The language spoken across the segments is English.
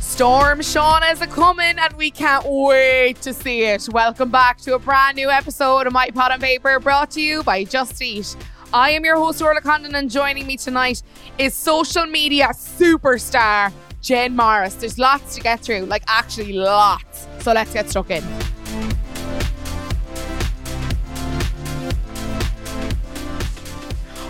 Storm Shauna is a coming and we can't wait to see it. Welcome back to a brand new episode of My Pot and Paper brought to you by Just Eat. I am your host, Orla Condon, and joining me tonight is social media superstar Jen Morris. There's lots to get through, like actually lots. So let's get stuck in.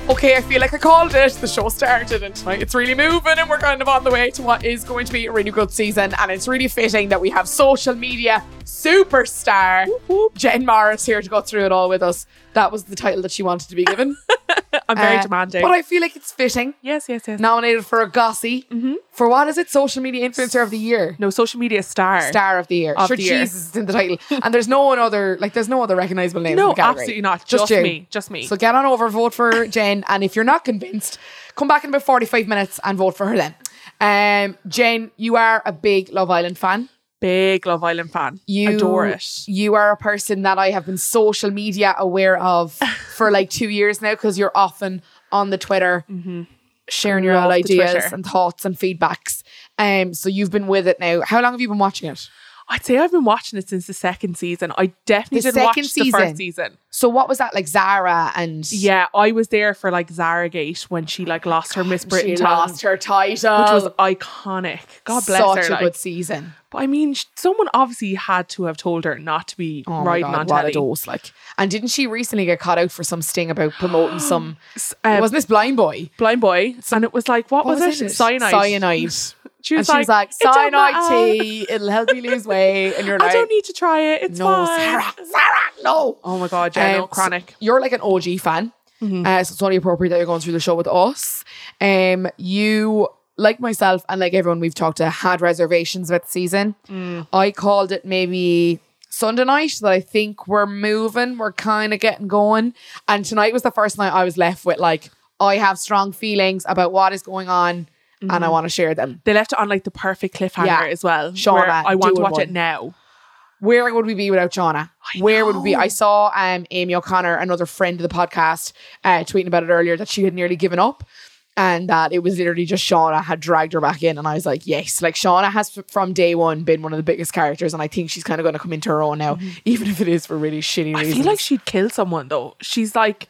Okay, I feel like I called it. The show started and tonight it's really moving and we're kind of on the way to what is going to be a really good season. And it's really fitting that we have social media superstar Jen Morris here to go through it all with us. That was the title that she wanted to be given. I'm very Uh, demanding. But I feel like it's fitting. yes, yes, yes. Nominated for a Gossy. Mm-hmm. For what is it? Social media influencer of the year. No, social media star. Star of the year. Of sure, the year. Jesus is in the title. and there's no one other, like, there's no other recognizable name. in No, the category. absolutely not. Just, you. me. Just me. So get on over, vote for Jen, and if you're not convinced, come back in about 45 minutes and vote for her then. Um, Jen, you are a big Love Island fan. Big Love Island fan. You adore it. You are a person that I have been social media aware of for like two years now because you're often on the Twitter sharing your Mm-hmm. old Love the ideas Twitter. and thoughts and feedbacks. Um, so you've been with it now. How long have you been watching it? I'd say I've been watching it since the second season. I definitely The didn't watch second the season? first season. So what was that like, Zara and Yeah, I was there for like Zaragate when she like lost her Miss Britain Oh she title, lost her title, which was iconic. God bless such her. a like. good season. But I mean, sh- someone obviously had to have told her not to be Oh my riding God, on what telly. a dose! Like, and didn't she recently get caught out for some sting about promoting some? S- uh, wasn't this blind boy? blind boy, and it was like, what, What was, it? Cyanide. Cyanide. She and was she was like, "It don't cyanide matter. tea. It'll help you lose weight. And you're I like, don't need to try it. It's no, fine. Sarah, Sarah, no. Oh my god, yeah, no, Um, so chronic. you're like an OG fan, uh, so it's only appropriate that you're going through the show with us. Um, you like myself and like everyone we've talked to had reservations about the season. I called it maybe Sunday night that I think we're moving, we're kind of getting going, and tonight was the first night I was left with like I have strong feelings about what is going on, and I want to share them. They left it on like the perfect cliffhanger Yeah. as well. Shauna, where I want do to it watch it one. now. where would we be without Shauna? I Where would we be? know. I saw um, Amy O'Connor, another friend of the podcast, uh, tweeting about it earlier that she had nearly given up and that it was literally just Shauna had dragged her back in. And I was like, yes, like Shauna has f- from day one been one of the biggest characters. And I think she's kind of going to come into her own now, even if it is for really shitty Mm-hmm. I reasons. feel like she'd kill someone though. She's like,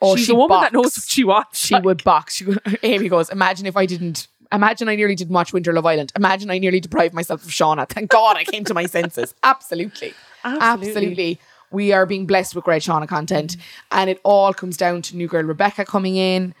Oh, she's she'd a woman that knows box. what she wants. she would box. She, would- Amy goes, imagine if I didn't. Imagine I nearly didn't watch Winter Love Island. Imagine I nearly deprived myself of Shauna. Thank God I came to my senses. Absolutely. Absolutely. Mm. We are being blessed with great Shauna content. And it all comes down to new girl Rebecca coming in.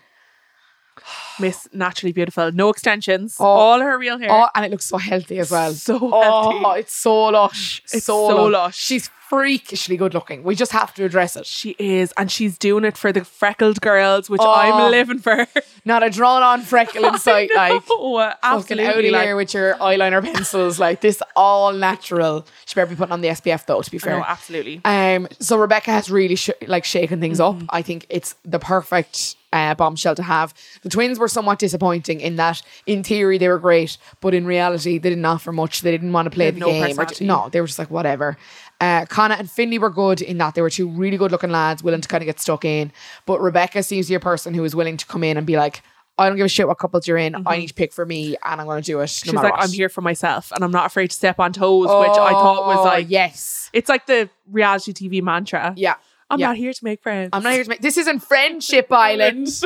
Miss naturally beautiful, no extensions, Oh. all her real hair. Oh, and it looks so healthy as well. So Oh, healthy. it's so lush. It's so lush. She's freakishly good looking. We just have to address it. She is, and she's doing it for the freckled girls, which Oh. I'm living for. Not a drawn on freckle in sight. Like, oh, fucking out of absolutely. Like, here with your eyeliner pencils. Like this all natural. She better be putting on the SPF though, to be fair. no, absolutely. Mm-hmm. Um, so Rebecca has really sh- like shaken things up. I think it's the perfect uh, bombshell to have. The twins were somewhat disappointing in that, in theory, they were great, but in reality, they didn't offer much. They didn't want to play had the no game. or- personality. no, they were just like whatever. Uh, Connor and Finley were good in that they were two really good looking lads, willing to kind of get stuck in. But Rebecca seems to be a person who is willing to come in and be like, I don't give a shit what couples you're in. I need to pick for me, and I'm going to do it. No Mm-hmm. She's matter like, what. I'm here for myself, and I'm not afraid to step on toes, which I thought was Oh, like, yes, It's like the reality TV mantra. yeah. I'm yeah. not here to make friends. I'm not here to make this isn't Friendship Island. this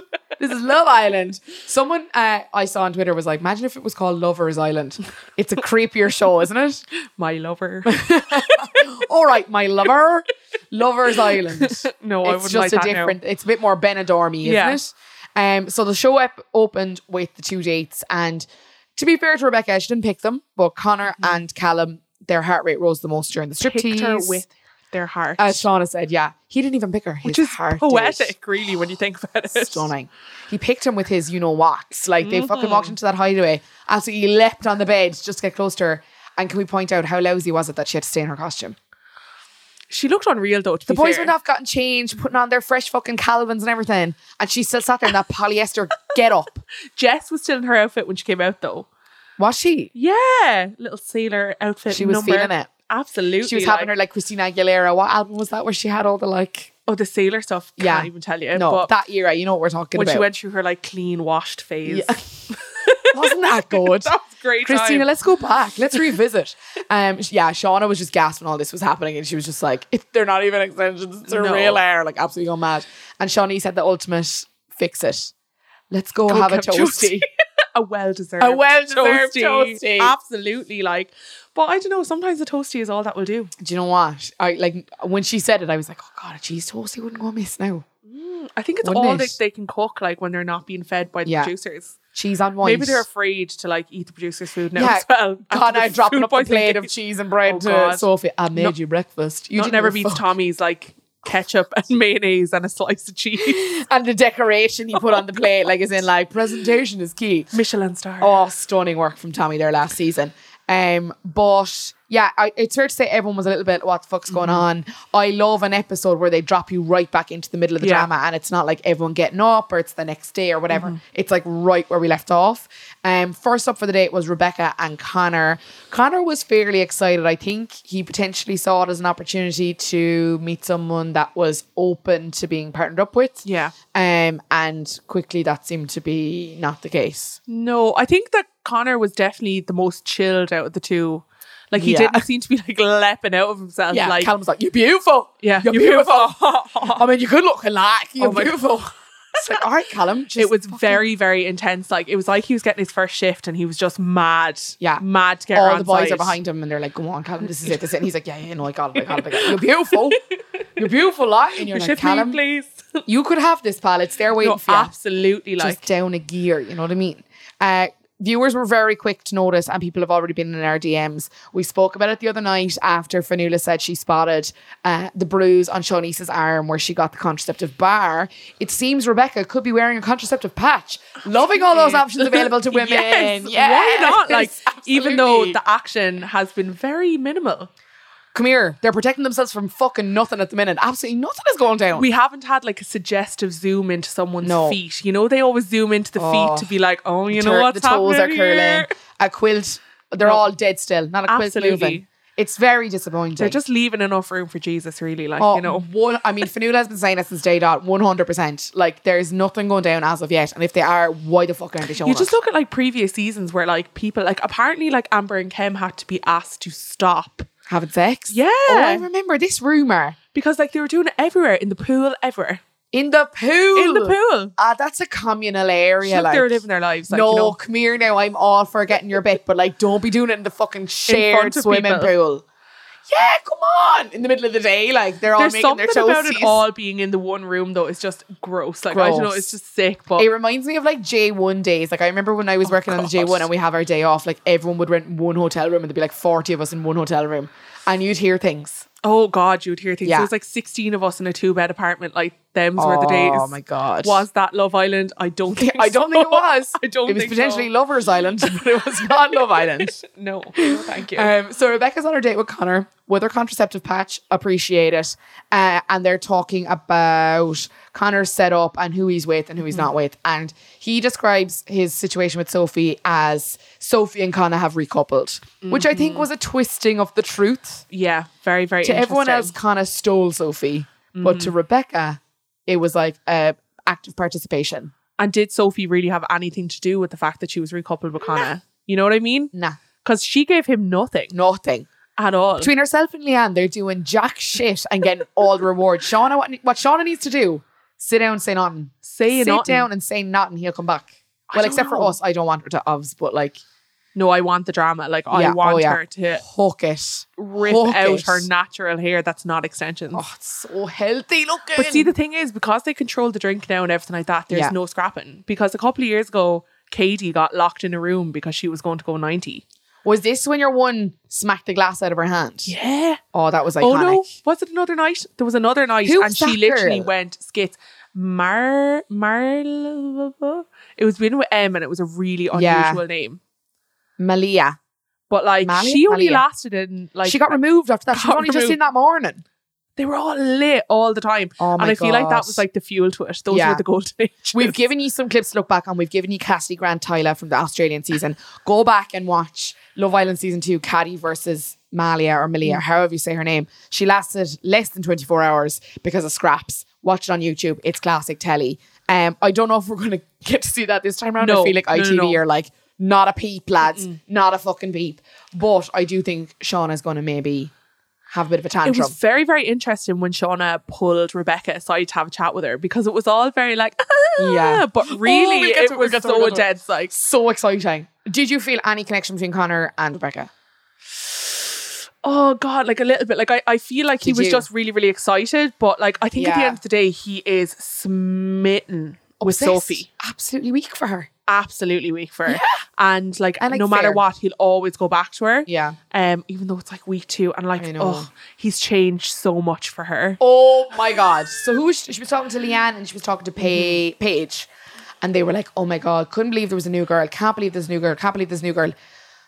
is Love Island. Someone uh, I saw on Twitter was like, imagine if it was called Lovers Island. It's a creepier show, isn't it? my lover. All right, my lover. Lovers Island. no, Oh, I it's wouldn't just like a that now. different it's a bit more Benidormy, isn't Yeah. it? Um so the show up opened with the two dates and to be fair to Rebecca, she didn't pick them, but Connor and Callum, their heart rate rose the most during the striptease. Mm-hmm. Picked her with their heart, as Shauna said, yeah. He didn't even pick her. His Uh, which is heart did. poetic, really, when you think about it. stunning. He picked him with his, you know, whats. Like they fucking Mm-hmm. walked into that hideaway, absolutely leapt on the bed just to get close to her. And can we point out how lousy was it that she had to stay in her costume? She looked unreal though. To The be boys fair. would have gotten changed, putting on their fresh fucking Calvins and everything, and she still sat there in that polyester get up. Jess was still in her outfit when she came out though. Was she? Yeah, little sailor outfit. She was number. feeling it. Absolutely. She was having like- her like Christina Aguilera. What album was that where she had all the like? oh the sailor stuff. Can't Yeah. even tell you. No, eh, but that era. You know what we're talking when about. she went through her like clean washed phase. Wasn't that good? That was a great. Christina, time. let's go back. Let's revisit. Um, sh- yeah, Shauna was just gasped when all this was happening, and she was just like, "If "They're not even extensions; it's a No. real hair." Like absolutely gone mad. And Shawnee said the ultimate fix it. Let's go, have a have toasty. toasty. a well deserved, A well-deserved toasty. Absolutely, like. But I don't know. Sometimes a toasty is all that will do. Do you know what? I like when she said it. I was like, "Oh God, a cheese toasty wouldn't go miss now." I think it's Wouldn't all it? that they can cook, like when they're not being fed by the Yeah. producers. Cheese on white. Maybe they're afraid to like eat the producers' food now Yeah. as well. God, after I the dropping food up a poisoning plate case. of cheese and bread Oh, to God. Sophie. I made No- you breakfast. You Not didn't never give a beats fuck. Tommy's like ketchup and mayonnaise and a slice of cheese. And the decoration you put on the plate, like as in like presentation is key. Michelin star. Oh, stunning work from Tommy there last season. Um, but yeah, I, it's fair to say everyone was a little bit, what the fuck's going Mm-hmm. on? I love an episode where they drop you right back into the middle of the Yeah. Mm-hmm. drama and it's not like everyone getting up or it's the next day or whatever. It's like right where we left off. Um, first up for the day was Rebecca and Connor. Connor was fairly excited. I think he potentially saw it as an opportunity to meet someone that was open to being partnered up with. Yeah. Um, and quickly that seemed to be not the case. No, I think that Connor was definitely the most chilled out of the two. Like he Yeah. didn't seem to be like leaping out of himself. Yeah, like Callum's like, you're beautiful. yeah, you're, you're beautiful. beautiful. I mean, you're good looking, like you're Oh my beautiful. it's like, all right, Callum. Just it was very very intense. Like it was like he was getting his first shift and he was just mad. Yeah. mad to get her all on the boys site. are behind him, and they're like, "Go on, Callum, this is it, this is it." And he's like, "Yeah, yeah, no, I got it, I got it, I got it. You're beautiful, you're beautiful, like." And you're Your like, shift lead, "Callum, please. you could have this, pal. It's there waiting no, for you." absolutely. Like just down a gear. You know what I mean? Uh, viewers were very quick to notice, and people have already been in our DMs. We spoke about it the other night after Fanula said she spotted uh, the bruise on Shawnee's arm where she got the contraceptive bar. It seems Rebecca could be wearing a contraceptive patch. Loving all those options available to women. Yes, Yes, why not? Like, even though absolutely. the action has been very minimal, come here, they're protecting themselves from fucking nothing at the minute. Absolutely nothing is going down. we haven't had like a suggestive zoom into someone's No. feet. You know, they always zoom into the Oh. feet to be like, oh, you know tur- what? the toes are curling. A quilt, they're No. all dead still. Not a quilt Absolutely. moving. It's very disappointing. They're just leaving enough room for Jesus, really. Like, Oh, you know, one, I mean, Fanula has been saying it since day dot, one hundred percent. Like, there is nothing going down as of yet, and if they are, why the fuck aren't they showing you just us? look at like previous seasons where like people, like apparently, like Amber and Kim had to be asked to stop having sex? Yeah. Oh, I remember this rumor because like they were doing it everywhere in the pool, everywhere in the pool. in the pool. Ah, that's a communal area. Sure, like they were living their lives. Like, no, you know, come here now. I'm all for getting your bit, but like, don't be doing it in the fucking shared front of swimming people. pool. Yeah, come on! In the middle of the day, like they're all there's making something their toasties. about it all being in the one room though. It's just gross. Like I don't know. Gross. It's just sick. But Oh, It reminds me of like J1 days. Like I remember when I was working on the God. J1 and we have our day off, like everyone would rent one hotel room and there'd be like 40 of us in one hotel room. And you'd hear things. oh god, you would hear things. Yeah. There was like 16 of us in a two bed apartment. Like them's were the days. Oh my God. Was that Love Island? I don't think. I don't think it so. was. I don't. It was think potentially so. Lover's Island, but it was not Love Island. No, no, thank you. Um, so Rebecca's on her date with Connor with her contraceptive patch. Appreciate it. Uh, and they're talking about Connor's setup and who he's with and who he's Mm. not with. And he describes his situation with Sophie as Sophie and Connor have recoupled, which I Mm-hmm. think was a twisting of the truth. yeah, very very. To everyone else, interesting. Mm. Connor stole Sophie, but to Rebecca, it was like uh, active participation. and did Sophie really have anything to do with the fact that she was recoupled with Connor? You know what I mean? Nah, Because she gave him nothing nothing. at all. between herself and Leanne, they're doing jack shit and getting all the rewards. Shauna, what, what Shauna needs to do, sit down and say nothing. Say sit nothing. down and say nothing. He'll come back. I Well, don't except for know. us, I don't want her to ovs, but like, No, I want the drama. Like Yeah, I oh, want yeah. her to hook it. rip Hook out it. her natural hair that's not extensions. Oh, it's so healthy looking. But see, the thing is, because they control the drink now and everything like that, there's Yeah. no scrapping. Because a couple of years ago, Katie got locked in a room because she was going to go 90. was this when your one smacked the glass out of her hand? Yeah. Oh, that was iconic. Oh no. Was it another night? There was another night Who and was she that literally girl? went skits. Mar Mar it was written with M and it was a really unusual Yeah. name. Malia. But like Mali- she only Malia. lasted in like she got removed after that. She was got only just removed. in that morning. they were all lit all the time. Oh my and I feel like that God. was like the fuel to it. Those Yeah. were the golden ages. We've given you some clips to look back on. We've given you Cassidy Grant Tyler from the Australian season. Go back and watch Love Island season two, Caddy versus Malia or Malia, Mm. however you say her name. She lasted less than 24 hours because of scraps. Watch it on YouTube. It's classic telly. Um, I don't know if we're going to get to see that this time around. I No, feel like no, no, ITV no. are like, Not a peep, lads. Not a fucking peep. But I do think Shauna's going to maybe have a bit of a It tantrum. was very, very interesting when Shauna pulled Rebecca aside to have a chat with her because it was all very like, ah, Yeah. but Oh, really we get to- it we was get to- we so get to- dead like so exciting. Did you feel any connection between Connor and Rebecca? oh god like a little bit like i, I feel like he Did was you? just really really excited but like i think at the Yeah. end of the day he is smitten with Obsessed. sophie Absolutely weak for her. absolutely weak for her and like And, like, no matter fair. what he'll always go back to her Yeah. um even though it's like week two and like I know. oh he's changed so much for her Oh my god! So who was she, she was talking to Leanne and she was talking to pa- Mm-hmm. Paige, and they were like, "Oh my god, couldn't believe there was a new girl. Can't believe there's a new girl. Can't believe there's a new girl."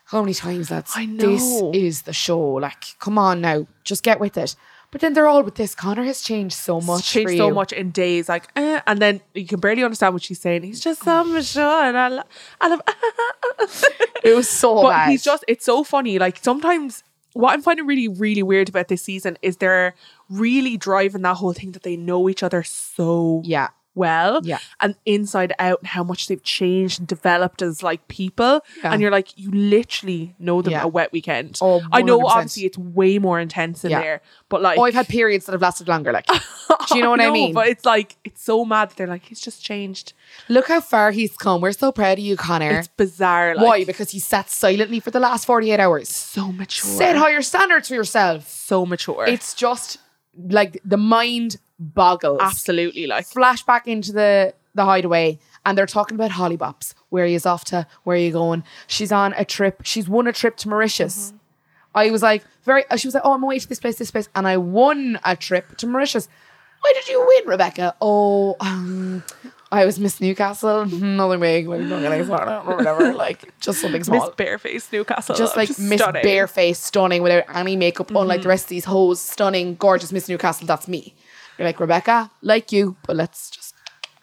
How many times that's I this know. is the show. Like, come on now, just get with it. But then they're all with this. Connor has changed so much. It's changed for so you. much in days. Like, eh, and then you can barely understand what she's saying. He's just so mature, and I, lo- I love. It was so but bad. he's just. It's so funny. Like sometimes, what I'm finding really, really weird about this season is they're really driving that whole thing that they know each other so yeah, well Yeah. and inside out and how much they've changed and developed as like people Yeah. and you're like you literally know them Yeah. a wet weekend Oh, i know 100%. obviously it's way more intense in Yeah. there but like oh, I've had periods that have lasted longer. Like, do you know what I, no, mean? But it's like it's so mad that they're like he's just changed. Look how far he's come. We're so proud of you, Connor. It's bizarre. Like, Why? Because he sat silently for the last forty-eight hours. so mature? Set higher standards for yourself. so mature. it's just like the mind boggles. absolutely like Flashback into the the hideaway, and they're talking about Holly Bops. Where you off to? Where you going? She's on a trip. She's won a trip to Mauritius. I was like, very. She was like, oh, I'm away to this place, this place, and I won a trip to Mauritius. Why did you win, Rebecca? Oh, um, I was Miss Newcastle. Nothing big, like nothing like that, or whatever. Like just something Miss small Bareface Newcastle. just like Miss stunning. Mm-hmm. Bareface, stunning without any makeup, unlike the rest of these hoes, stunning, gorgeous Miss Newcastle. That's me. You're like Rebecca, like you, but let's just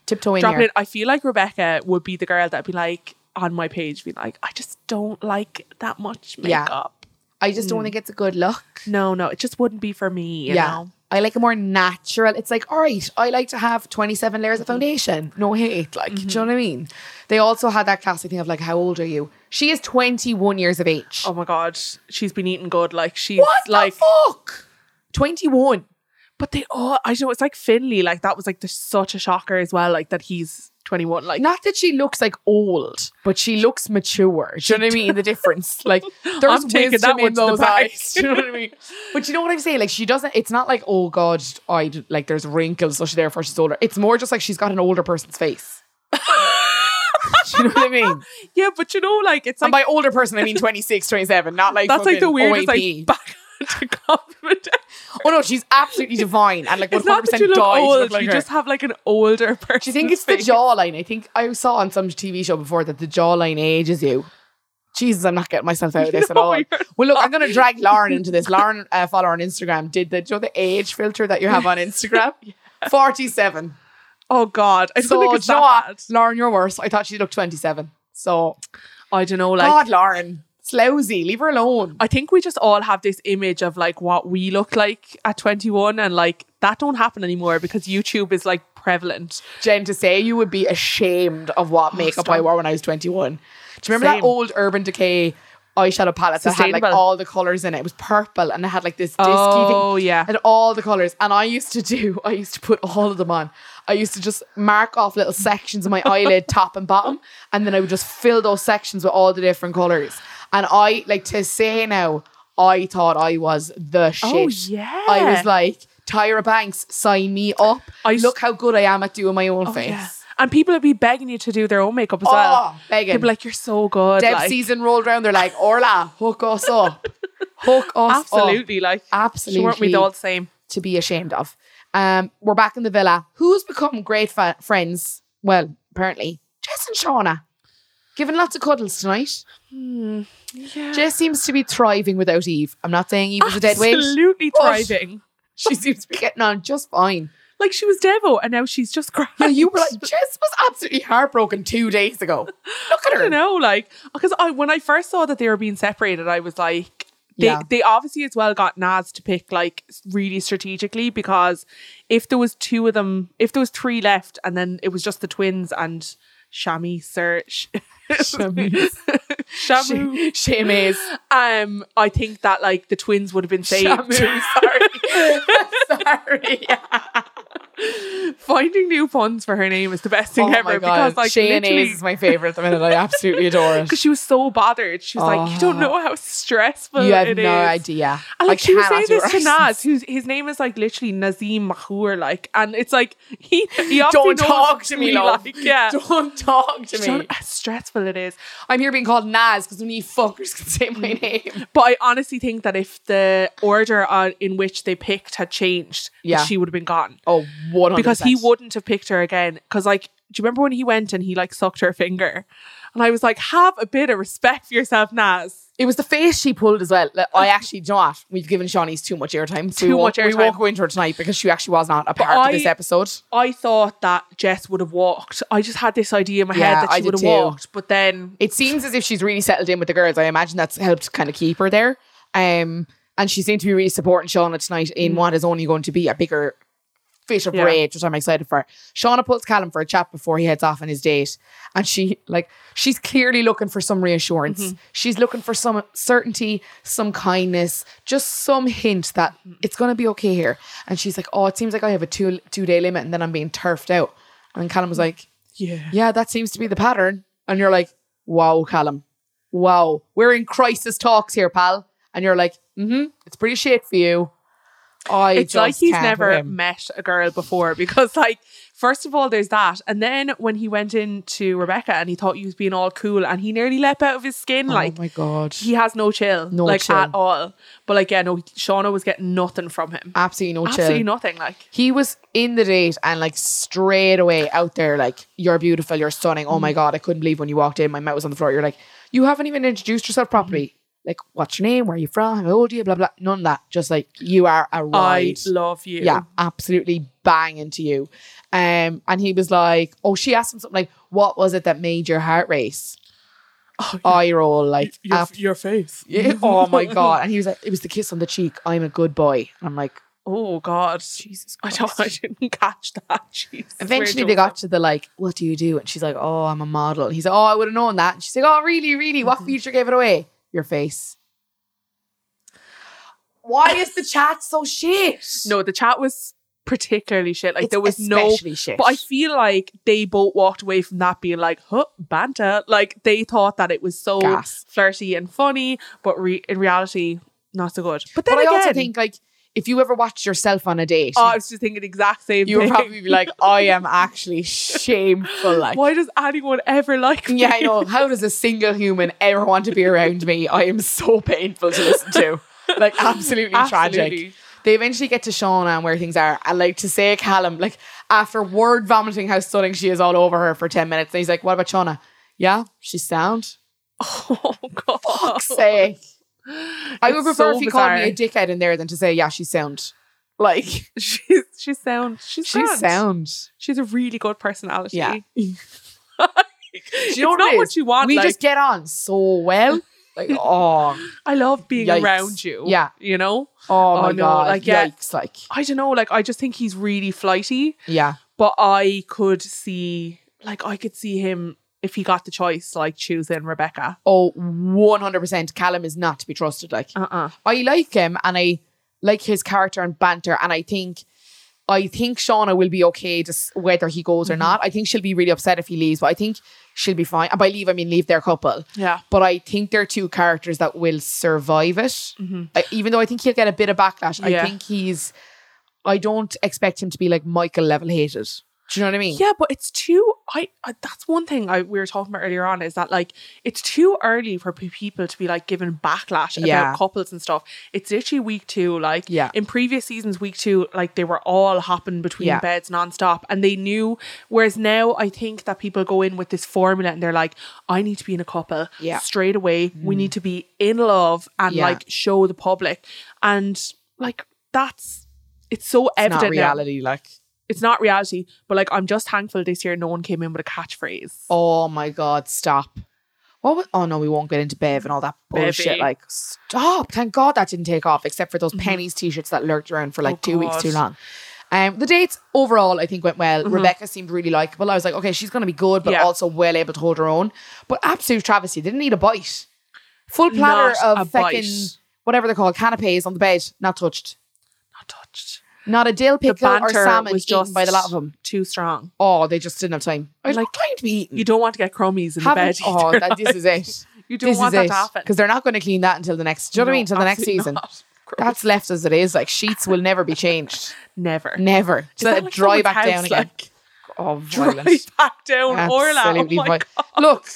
tiptoe in Dropping here. it. I feel like Rebecca would be the girl that'd be like on my page, be like, I just don't like that much Yeah. makeup. I just don't think it's a good look. No, no, it just wouldn't be for me. Mm. You yeah. know? I like a more natural. It's like, all right, I like to have 27 layers Mm-hmm. of foundation. No hate. Like, do you know what I mean? They also had that classic thing of like, how old are you? She is 21 years of age. Oh my god, she's been eating good. Like she's what like the fuck? 21. But they all, I don't know, it's like Finley, like that was like the, such a shocker as well, like that he's 21. Like, not that she looks like old, but she looks mature. Do you know what I mean? The difference, like there's I'm taking wisdom that one in to the those back. eyes. Do you know what I mean? But you know what I'm saying? Like she doesn't. It's not like oh god, I d- like there's wrinkles, so she therefore she's older. It's more just like she's got an older person's face. Do you know what I mean? yeah, but you know, like it's and like, by older person, I mean 26, 27, not like that's like the fucking weirdest, OAP. like, back to compliment. oh no, she's absolutely divine and like 100% It's not that you look died to old, look like you her. just have like an older person. Do you think it's the jawline? I think I saw on some TV show before that the jawline ages you. Jesus, I'm not getting myself out of this No, at you're all. Well, look, I'm going to drag Lauren into this. Lauren, uh, follow on Instagram, did the, do you know the age filter that you have on Instagram? 47. Oh God, I don't So, think do it's you know that what? Lauren, you're worse. I thought she looked 27. So, bad. I don't know, like. God, Lauren, it's lousy. Leave her alone. I think we just all have this image of like what we look like at 21 and like that don't happen anymore because YouTube is like prevalent. Jen, to say you would be ashamed of what makeup I Oh, stop. wore when I was 21. Do you remember Same. that old Urban Decay eyeshadow palette that had like Sustainable. all the colors in it? It was purple and it had like this disky Oh, thing. yeah. And all the colors. And I used to do, I used to put all of them on. I used to just mark off little sections of my eyelid, top and bottom. And then I would just fill those sections with all the different colors. And I, like, to say now, I thought I was the shit. I Oh, yeah. was like, Tyra Banks, sign me up. I I used- look how good I am at doing my own face. Yeah. And people would be begging you to do their own makeup as Oh, well. begging. They'd be like, you're so good. Deb like, season rolled around, they're like, Orla, hook us up. Hook us up. Absolutely, like Absolutely. Weren't we all the same? To be ashamed of. Um, we're back in the villa. Who's become great fa- friends? Well, apparently, Jess and Shauna. Giving lots of cuddles tonight. Hmm, Yeah. Jess seems to be thriving without Eve. I'm not saying Eve is a dead weight. Absolutely But- thriving. She seems to be getting on just fine. Like she was Devo, and now she's just crying. Yeah, you were like, Jess was absolutely heartbroken two days ago. Look at her. you know, like because I when I first saw that they were being separated, I was like. They, Yeah. they obviously as well got Naz to pick like s- really strategically because if there was two of them, if there was three left, and then it was just the twins and Shami Sir, Sh- Shamu. Shamu. Shamus. Um, I think that like the twins would have been saved. Shamu. Sorry. Sorry. Finding new puns for her name is the best thing Oh ever my god. because like Shane literally is my favorite at the minute. I absolutely adore it. because she was so bothered. She was like, "You don't Oh. know how stressful You have it no is." idea. And like I she was saying cannot do this to it. Naz, whose his name is like literally Nazim Mahour, like, and it's like he, he obviously Don't knows talk to me, love. like, yeah. Don't talk to Don't- me. how stressful it is. I'm here being called Naz because only you fuckers can say my name. But I honestly think that if the order on, in which they picked had changed, Yeah. she would have been gone Oh, 100 because he wouldn't have picked her again. Because like, do you remember when he went and he like sucked her finger? And I was like, have a bit of respect for yourself, Naz. It was the face she pulled as well. Like, I actually do not. We've given Shawnee's too much airtime. So we Uh, Too won't- much We won't airtime. go into her tonight because she actually was not a part I- of this episode. I thought that Jess would have walked. I just had this idea in my Yeah, head that I she would did have too. walked, but then It seems as if she's really settled in with the girls. I imagine that's helped kind of keep her there. Um, and she seemed to be really supporting Shauna tonight in what is only going to be a bigger fit of Yeah. rage, which I'm excited for. Shauna pulls Callum for a chat before he heads off on his date. And she like she's clearly looking for some reassurance. She's looking for some certainty, some kindness, just some hint that it's gonna be okay here. And she's like, Oh, it seems like I have a two two day limit and then I'm being turfed out. And Callum was like, yeah, yeah, that seems to be the pattern. And you're like, wow, Callum, wow, we're in crisis talks here, pal. And you're like, mm-hmm, it's pretty shit for you. I it's just like he's can't with never him. met a girl before because like first of all there's that and then when he went in to rebecca and he thought he was being all cool and he nearly leapt out of his skin like oh my god, he has no chill No like chill. at all but like yeah no shauna was getting nothing from him absolutely no chill. absolutely nothing like he was in the date and like straight away out there, like you're beautiful, you're stunning. Oh Mm. my god, I couldn't believe when you walked in, my mouth was on the floor. You're like, you haven't even introduced yourself properly. Mm-hmm. Like, what's your name? Where are you from? How old are you? Blah blah. None of that. Just like you are a i ride. love you Yeah, absolutely bang into you. Um, and he was like, "Oh, she asked him something like, what was it that made your heart race?" oh, Eye roll, like, your, ab- your face oh my god! And he was like, "It was the kiss on the cheek. I'm a good boy." And I'm like, oh god "Jesus I, Christ!" don't, I didn't catch that Jeez, Eventually, where they do I- got to the like, "What do you do?" And she's like, "Oh, I'm a model." And he's like, "Oh, I would have known that." And she's like, "Oh, really, really? What Mm-hmm. feature gave it away? Your face." Why is the chat so shit? no the chat was particularly shit like It's there was no especially shit. But I feel like they both walked away from that being like, huh, banter. Like they thought that it was so Gas. flirty and funny, but re- in reality, not so good. But then but I again, also think like if you ever watched yourself on a date, oh, I was just thinking the exact same you would thing. probably be like, I am actually shameful. Like, Why does anyone ever like me? yeah, I know. How does a single human ever want to be around me? I am so painful to listen to. Like, absolutely, tragic. Absolutely. They eventually get to Shauna and where things are. And like to say Callum, like after word vomiting how stunning she is all over her for 10 minutes, and he's like, What about Shauna? Yeah, she's sound. Oh god. Say. I would It's prefer so if he called me a bizarre. dickhead in there than to say, Yeah, she's sound. Like, She's she's sound. She's, she's grand. sound. She's a really good personality. Yeah. it's you know not what it what is? you want. we like, just get on so well. Like, oh, I love being Yikes. around you. Yeah. You know? oh Oh, my no, god, like, yeah. yikes! Like, I don't know. Like I just think he's really flighty. yeah, but I could see, like, I could see him if he got the choice, like choosing Rebecca. oh, one hundred percent. Callum is not to be trusted. Like, Uh uh I like him and I like his character and banter, and I think. I think Shauna will be okay just whether he goes or Mm-hmm. not. I think she'll be really upset if he leaves, but I think she'll be fine. And by leave, I mean leave their couple. Yeah. But I think they're two characters that will survive it. Uh, even though I think he'll get a bit of backlash, I Mm-hmm. Yeah. think he's. I don't expect him to be like Michael level hated. Do you know what I mean? Yeah, but it's too. I, I that's one thing I we were talking about earlier on is that like it's too early for pe- people to be like given backlash Yeah. about couples and stuff. It's literally week two. Like Yeah. in previous seasons, week two, like they were all hopping between Yeah. beds nonstop, and they knew. Whereas now, I think that people go in with this formula and they're like, I need to be in a couple Yeah. Mm. straight away. We need to be in love and Yeah. like show the public, and like that's. It's so It's not evident now reality. Like, it's not reality, but like I'm just thankful this year no one came in with a catchphrase. Oh my God, stop. What was, oh no, we won't get into Bev and all that bullshit. Bevy. Like, stop. Thank God that didn't take off, except for those pennies t shirts that lurked around for like Mm-hmm. Oh two weeks God. Mm-hmm. too long. Um, the dates overall, I think, went well. Rebecca seemed really likable. I was like, okay, she's going to be good, but Yeah. also well able to hold her own. But absolute travesty. Didn't need a bite. Full platter Not a of fucking bite. whatever they're called canapes on the bed, not touched. Not touched. Not a dill The pickle or banter salmon was eaten just by the lot of them. too strong. Oh, they just didn't have time. I was like, Like, time to be eaten. You don't want to get crummies in the bed. Haven't- oh, either, that, this like, is it. You don't This want is that it. to happen. Because they're not going to clean that until the next. Do you know what I mean? Until the next absolutely season. not. Gross. That's left as it is. Like sheets will never be changed. never. Never. Is So that that like dry someone's back house, down again. like, Oh, dry violent. back down, Orla. Oh Absolutely my vi- God. Look,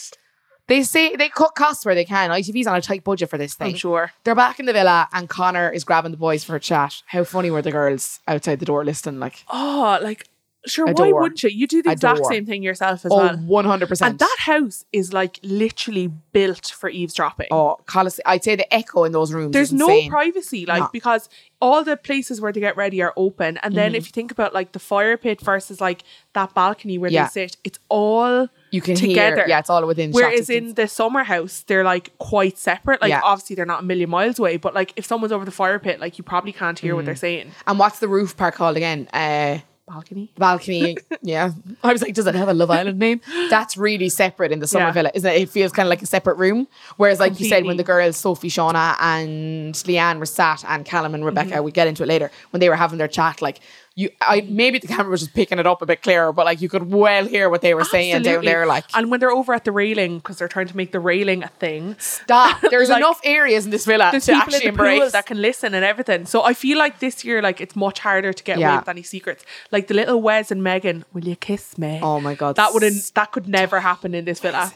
they say they cut costs where they can. ITV's on a tight budget for this thing. I'm sure. They're back in the villa, and Connor is grabbing the boys for a chat. How funny were the girls outside the door listening? Like, Oh, like, sure, why Adore. wouldn't you? You do the exact Adore. same thing yourself as oh, well. 100%. And that house is like literally built for eavesdropping. oh, Colise- I'd say the echo in those rooms. There's is no insane. privacy, like No. because all the places where to get ready are open. And Mm-hmm. then if you think about like the fire pit versus like that balcony where Yeah. they sit, it's all You can together. hear. Yeah, it's all within. shot Whereas distance. in the summer house, they're like quite separate. Like Yeah. obviously they're not a million miles away, but like if someone's over the fire pit, like you probably can't hear what they're Mm. saying. and what's the roof part called again? Uh, Balcony. balcony. yeah. I was like, does it have a Love Island name? That's really separate in the summer Yeah. villa, isn't it? It feels kind of like a separate room. Whereas, like you said, when Completely. the girls, Sophie, Shauna, and Leanne were sat, and Callum and Rebecca, Mm-hmm. we get into it later, when they were having their chat, like, you, I maybe the camera was just picking it up a bit clearer, but like you could well hear what they were saying down Absolutely. there. Like, and when they're over at the railing because they're trying to make the railing a thing. stop. There's Like, enough areas in this villa There's to people in actually the pool embrace. that can listen and everything. So I feel like this year, like it's much harder to get Yeah. away with any secrets. Like the little Wes and Megan, will you kiss me? Oh my God, that wouldn't. That could never happen in this villa.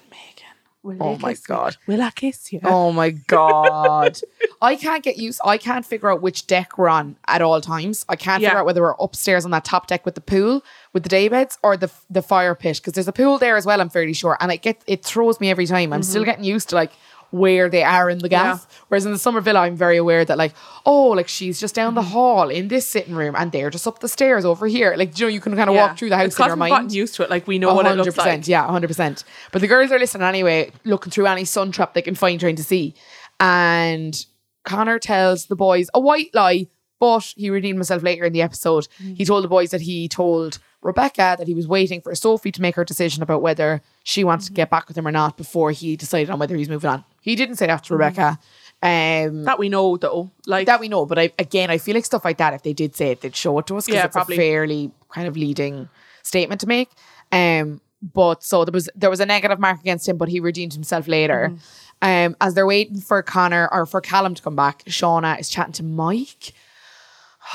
Will Oh you my kiss me? God. Will I kiss you? Oh my god. I can't get used I can't figure out which deck we're on at all times. I can't figure Yeah. out whether we're upstairs on that top deck with the pool with the day beds or the the fire pit because there's a pool there as well I'm fairly sure and it get it throws me every time. I'm Mm-hmm. still getting used to like where they are in the gas. Whereas in the summer villa I'm very aware that like oh like she's just down the Mm-hmm. hall in this sitting room and they're just up the stairs over here. Like you know you can kind of Yeah. walk through the house It's in 'cause your we've mind. gotten used to it. Like we know what it looks like. Yeah, 100%. But the girls are listening anyway, looking through any sun trap they can find trying to see. And Connor tells the boys a white lie, but he redeemed himself later in the episode. Mm. He told the boys that he told Rebecca that he was waiting for Sophie to make her decision about whether she wants to Mm. get back with him or not before he decided on whether he's moving on. He didn't say that Mm. to Rebecca. Um, That we know though. Like that we know, but I, again, I feel like stuff like that, if they did say it, they'd show it to us because Yeah, it's probably. a fairly kind of leading statement to make. Um, but so there was there was a negative mark against him, but he redeemed himself later. Mm-hmm. Um, as they're waiting for Connor or for Callum to come back, Shauna is chatting to Mike.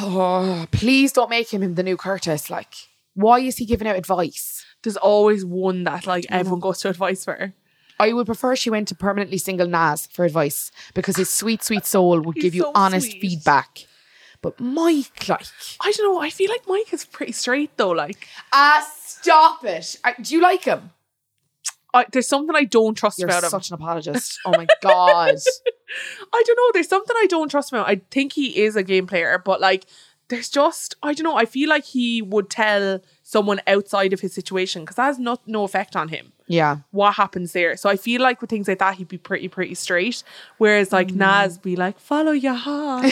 Oh, please don't make him the new Curtis. Like, why is he giving out advice? there's always one that like everyone goes to advice for. I would prefer she went to permanently single Nas for advice because his sweet, sweet soul would He's give you so honest sweet. feedback. But Mike, like, I don't know. I feel like Mike is pretty straight though. Like Ah, stop it. I, do you like him? I, there's something I don't trust You're about him. such an apologist. Oh my God. I don't know. There's something I don't trust about. him. I think he is a game player, but like, there's just I don't know. I feel like he would tell someone outside of his situation because that has not no effect on him. yeah. What happens there? So I feel like with things like that, he'd be pretty pretty straight. Whereas like Nas be like, follow your heart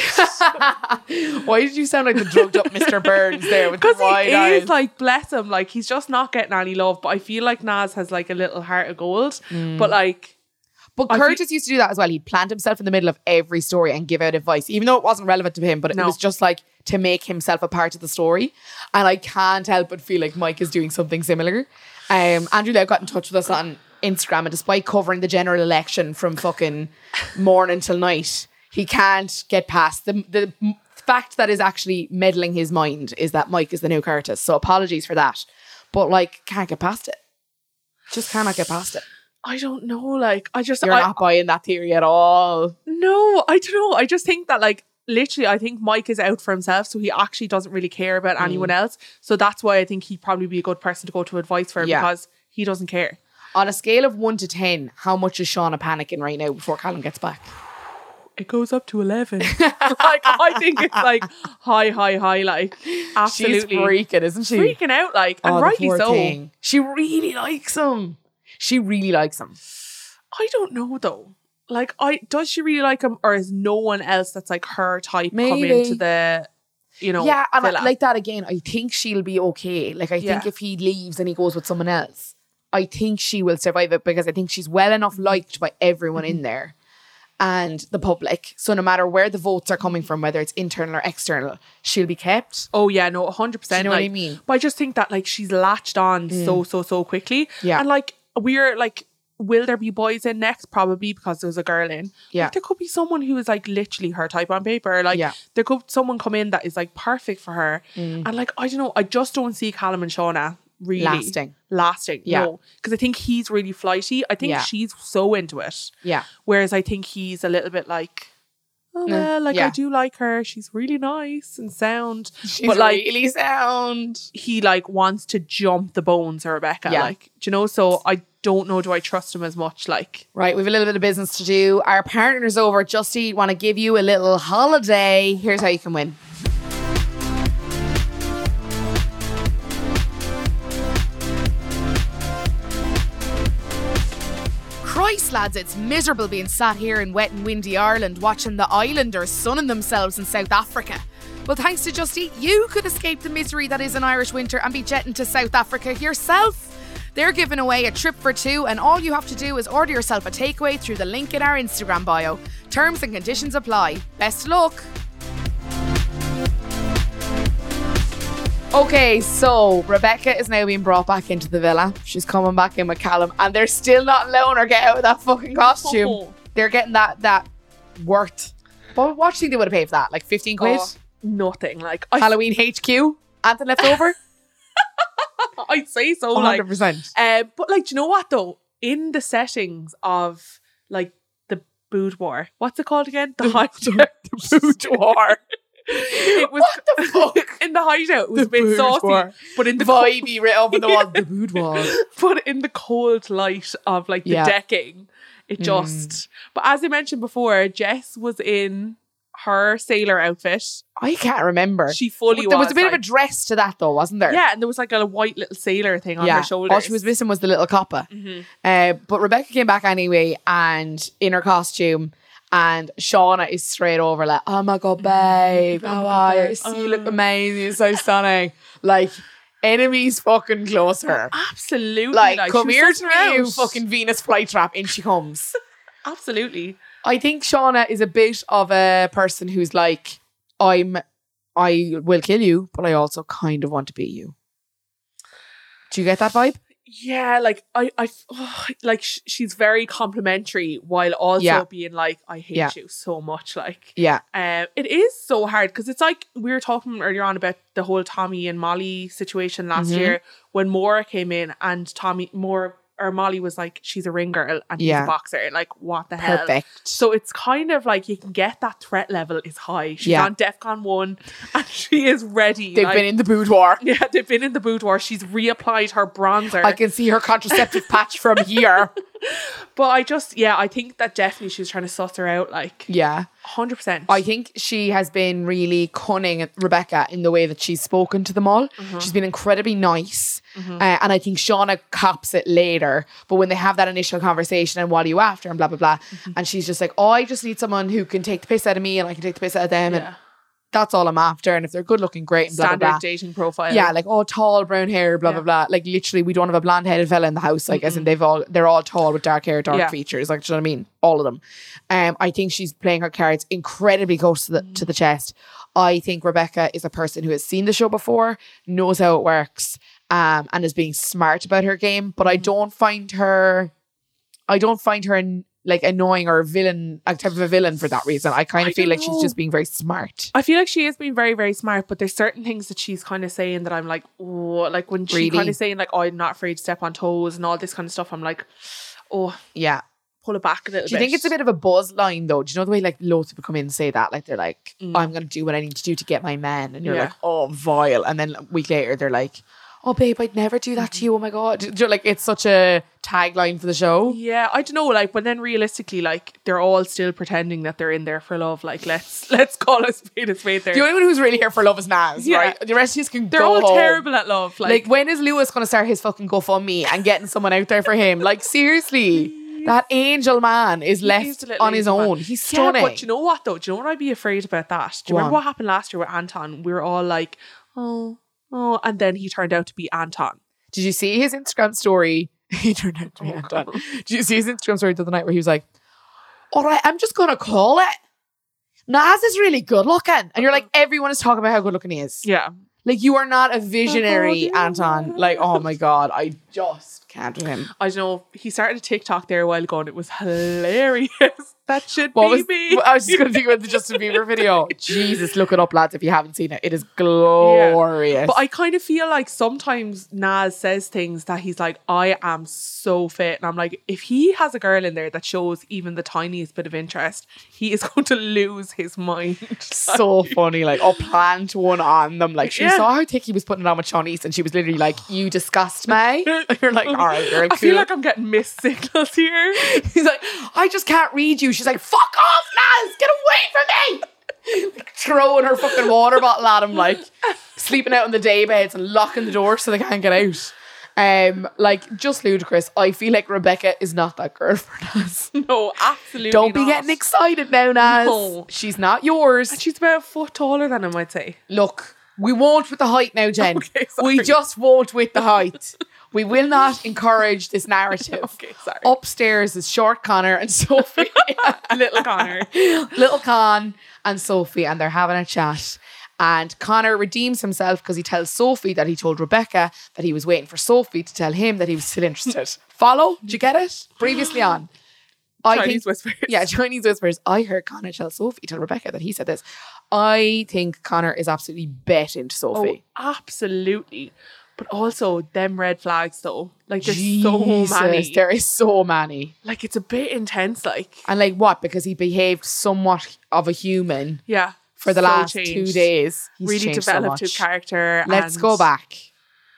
Why did you sound like the drugged up Mr. Burns there with the because wide he eyes? is like bless him, like he's just not getting any love. But I feel like Nas has like a little heart of gold. But like, but I feel- Curtis used to do that as well. He'd plant himself in the middle of every story and give out advice, even though it wasn't relevant to him, but it No. was just like to make himself a part of the story. And I can't help but feel like Mike is doing something similar. Um, Andrew Lau got in touch with us on Instagram, and despite covering the general election from fucking morning till night, he can't get past the, the m- fact that is actually meddling his mind is that Mike is the new Curtis. So apologies for that. But like, can't get past it. Just cannot get past it. I don't know. Like, I just You're I, not buying that theory at all. No, I don't know. I just think that like literally I think Mike is out for himself, so he actually doesn't really care about Mm. anyone else. So that's why I think he'd probably be a good person to go to advice for Yeah. because he doesn't care. On a scale of one to ten, how much is Shauna panicking right now before Callum gets back? It goes up to eleven. like I think it's like high, high, high, like absolutely She's freaking, isn't she? freaking out, like Oh, and the rightly poor so. thing. She really likes him. She really likes him. I don't know though. Like I does she really like him or is no one else that's like her type come Maybe. into the you know, yeah, and I- Villa. like Oh, that again, I think she'll be okay. Like I think Yeah. if he leaves and he goes with someone else, I think she will survive it because I think she's well enough liked by everyone in there and the public. So no matter where the votes are coming from, whether it's internal or external, she'll be kept. Oh yeah, no, hundred percent. Do you know what I like- mean? Mm. But I just think that like she's latched on so so so quickly. Yeah. and like we're like, will there be boys in next? Probably because there's a girl in. Like, Yeah. there could be someone who is like literally her type on paper. Like Yeah. Mm. there could someone come in that is like perfect for her. And like I don't know, I just don't see Callum and Shauna really Lasting. Lasting, Yeah. no, because I think he's really flighty. I think Yeah. she's so into it. Yeah. Whereas I think he's a little bit like, oh Mm, well, like I yeah. do like her. She's really nice and sound. She's But, like- really sound. He like wants to jump the bones of Rebecca. Yeah. Like, do you know? So I don't know. Do I trust him as much? Like, Right, we've a little bit of business to do. Our partners over at Just Eat want to give you a little holiday. Here's how you can win. Christ, lads, it's miserable being sat here in wet and windy Ireland watching the islanders sunning themselves in South Africa. Well, thanks to Just Eat, you could escape the misery that is an Irish winter and be jetting to South Africa yourself. They're giving away a trip for two, and all you have to do is order yourself a takeaway through the link in our Instagram bio. Terms and conditions apply. Best of luck. Okay, so Rebecca is now being brought back into the villa. She's coming back in with Callum, and they're still not letting her get out of that fucking costume. No. They're getting that that worth. But what do you think they would have paid for that? Like fifteen quid? oh, nothing. Like, I, Halloween HQ? Anthem left over? I'd say so. One Oh, Like, hundred percent. um, but like, do you know what though? In the settings of like the boudoir, what's it called again? The hideout. The boudoir. it was What the fuck? in the hideout. It was a The bit boudoir. saucy, but in the Vibey right up in the wall. The boudoir. but in the cold light of like the Yeah. Hmm. decking, it just. But as I mentioned before, Jess was in her sailor outfit. I can't remember. She fully there was a bit of a like- dress to that though, wasn't there? yeah, and there was like a white little sailor thing on Yeah. her shoulders. All she was missing was the little copper. Mhm. Uh, but Rebecca came back anyway and in her costume. And Shauna is straight over like, oh my god, Mm-hmm. babe, how are you? See, you look Oh. amazing, you're so stunning. Like, enemies fucking closer. Absolutely, Like, she come was here so to me, you proud. fucking Venus flytrap, in she comes. Absolutely, I think Shauna is a bit of a person who's like, I'm, I will kill you, but I also kind of want to be you. Do you get that vibe? yeah. Like I, I, like sh- she's very complimentary while also Yeah. being like, I hate Yeah. you so much. Like, Yeah, Um, it is so hard because it's like we were talking earlier on about the whole Tommy and Molly situation last Mhm. year when Moore came in and Tommy Moore or Molly was like, she's a ring girl and he's Yeah. a boxer. Like, what the hell? perfect. So it's kind of like you can get that threat level is high. She's Yeah. on DEFCON one and she is ready. They've like- been in the boudoir. yeah, they've been in the boudoir. She's reapplied her bronzer. I can see her contraceptive patch from here. but I just, yeah, I think that definitely she was trying to suss her out like Yeah. 100%. I think she has been really cunning, at Rebecca, in the way that she's spoken to them all. Mm-hmm. She's been incredibly nice. Uh, and I think Shauna cops it later. But when they have that initial conversation and what are you after and blah, blah, blah. Mm-hmm. And she's just like, oh, I just need someone who can take the piss out of me and I can take the piss out of them. yeah. And that's all I'm after. And if they're good looking, great and blah, Standard blah, blah. dating profile. Yeah, like oh, tall brown hair, blah Yeah. blah blah. Like literally, we don't have a blonde headed fella in the house. Like as in they've all they're all tall with dark hair, dark Yeah. features. Like do you know what I mean? All of them. Um, I think she's playing her cards incredibly close to the to Mm. the chest. I think Rebecca is a person who has seen the show before, knows how it works, um, and is being smart about her game. But I Mm. don't find her, I don't find her an- like annoying or a villain, a type of a villain for that reason. I kind I of feel don't like know. she's just being very smart. I feel like she has been very, very smart, but there's certain things that she's kind of saying that I'm like, oh, like when she Really? kind of saying like, oh, I'm not afraid to step on toes and all this kind of stuff. I'm like, oh, Yeah. pull it back a little Do you bit. think it's a bit of a buzz line though? Do you know the way like loads of people come in and say that? Like they're like, Mm. I'm gonna do what I need to do to get my man. And you're Yeah. like, oh vile. And then a week later they're like, Oh babe, I'd never do that to you. Oh my god. Do you know, like it's such a tagline for the show. Yeah, I don't know. Like, but then realistically, like they're all still pretending that they're in there for love. Like, let's let's call it spade a spade. There, The only one who's really here for love is Naz, Yeah. right? The rest of us can they're go all home. terrible at love. Like, Like, when is Lewis gonna start his fucking GoFundMe and getting someone out there for him? Like seriously. That angel man is is left the little on his angel man. own. He's Yeah, stunning. but you know what though? Do you know what I'd be afraid about that? Do you Go remember on. what happened last year with Anton? We were all like, oh, oh, and then he turned out to be Anton. Did you see his Instagram story? he turned out to be Oh, Anton. God. Did you see his Instagram story the other night where he was like, All right, I'm just gonna call it. Nas is really good looking. And you're like, Uh-huh. everyone is talking about how good looking he is. Yeah. Like you are not a visionary, dude. Anton. Like, oh my god, I just can't with him. I don't know. He started a TikTok there a while ago and it was hilarious. That should What be was me. I was just gonna think about the Justin Bieber video. Jesus, look it up, lads, if you haven't seen it. It is glorious. But I kind of feel like sometimes Nas says things that he's like, I am so fit. And I'm like, if he has a girl in there that shows even the tiniest bit of interest, he is going to lose his mind. so funny, like or plant one on them. Like she Yeah. saw how Tiki was putting it on with Shawnice, and she was literally like, "You disgust me." You're like, "All right, girl, I feel cool." like I'm getting missed signals here. He's like, "I just can't read you." She's like, "Fuck off, Naz! Get away from me!" Like, throwing her fucking water bottle at him, like sleeping out on the day beds and locking the door so they can't get out. Um, like just ludicrous. I feel like Rebecca is not that girl for Naz. No, absolutely. Don't be not. getting excited now, Naz. No. She's not yours. She's about a foot taller than him, I'd say. Look, we won't with the height now, Jen. Okay, sorry. we just won't with the height. we will not encourage this narrative. Okay, sorry. Upstairs is short Connor and Sophie, Little Connor. little Con and Sophie, and they're having a chat. And Connor redeems himself because he tells Sophie that he told Rebecca that he was waiting for Sophie to tell him that he was still interested. Follow? Do you get it? Previously on. I Chinese whispers. yeah, Chinese whispers. I heard Connor tell Sophie, tell Rebecca that he said this. I think Connor is absolutely bet into Oh, Sophie. absolutely. But also them red flags though. Like there's so many. There is so many. like it's a bit intense, like And like what? Because he behaved somewhat of a human yeah. for the so last two changed. days. He's really changed so developed his much. character. Let's and- go back.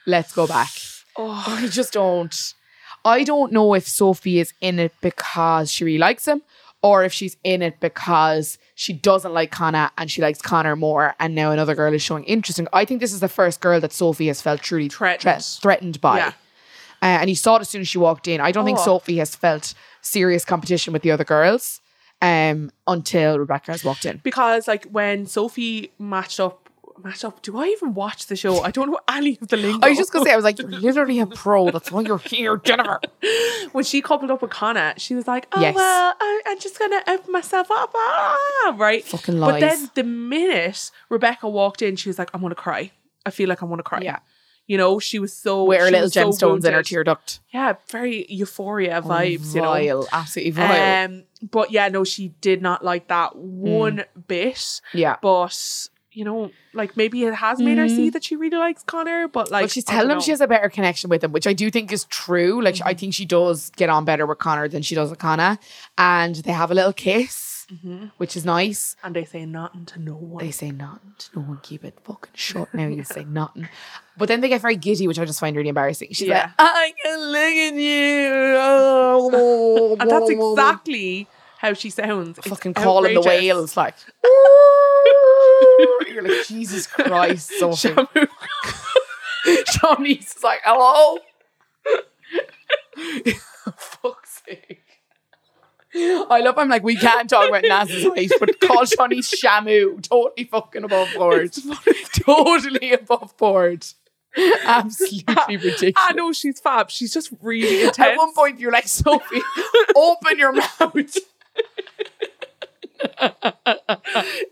Let's go back. Oh, I just don't. I don't know if Sophie is in it because she really likes him or if she's in it because she doesn't like Connor and she likes Connor more and now another girl is showing interest. in- I think this is the first girl that Sophie has felt truly Threatened. threat- threatened by. Yeah. Uh, and you saw it as soon as she walked in. I don't think Oh. Sophie has felt serious competition with the other girls um, until Rebecca has walked in. because like when Sophie matched up, matched up. Do I even watch the show? I don't know any of the lingo. I was just going to say, I was like, you're literally a pro. That's why you're here, Jennifer. when she coupled up with Connor, she was like, "Oh Yes. well, I, I'm just gonna open myself up, ah, right?" Fucking lies. But then the minute Rebecca walked in, she was like, "I'm gonna cry. I feel like I'm gonna cry." Yeah. You know, she was so Wear she little was so gemstones in her wounded. tear duct. Yeah, very euphoria vibes, you know. Vile, absolutely vile. Mm. Um, but yeah, no, she did not like that one bit. yeah. Mm. But you know, like maybe it has made her see that she really likes Connor. But like, But she's I don't telling him know. Mm-hmm. she has a better connection with him, which I do think is true. Like, I think she does get on better with Connor than she does with Connor. And they have a little kiss, Mm-hmm. which is nice. and they say nothing to no one. They say nothing. No one keep it fucking short now. You say nothing. But then they get very giddy, which I just find really embarrassing. She's Yeah. like, I can look at you. and that's exactly how she sounds. It's Fucking calling the outrageous. whales, like, you're like, Jesus Christ, Sophie. Shamu. Johnny's like, hello. Fuck's sake. I love I'm like, we can't talk about Naz's height, but call Johnny Shamu. Totally fucking above board. totally above board. Absolutely ridiculous. I know she's fab. She's just really intense. At one point you're like, Sophie, open your mouth.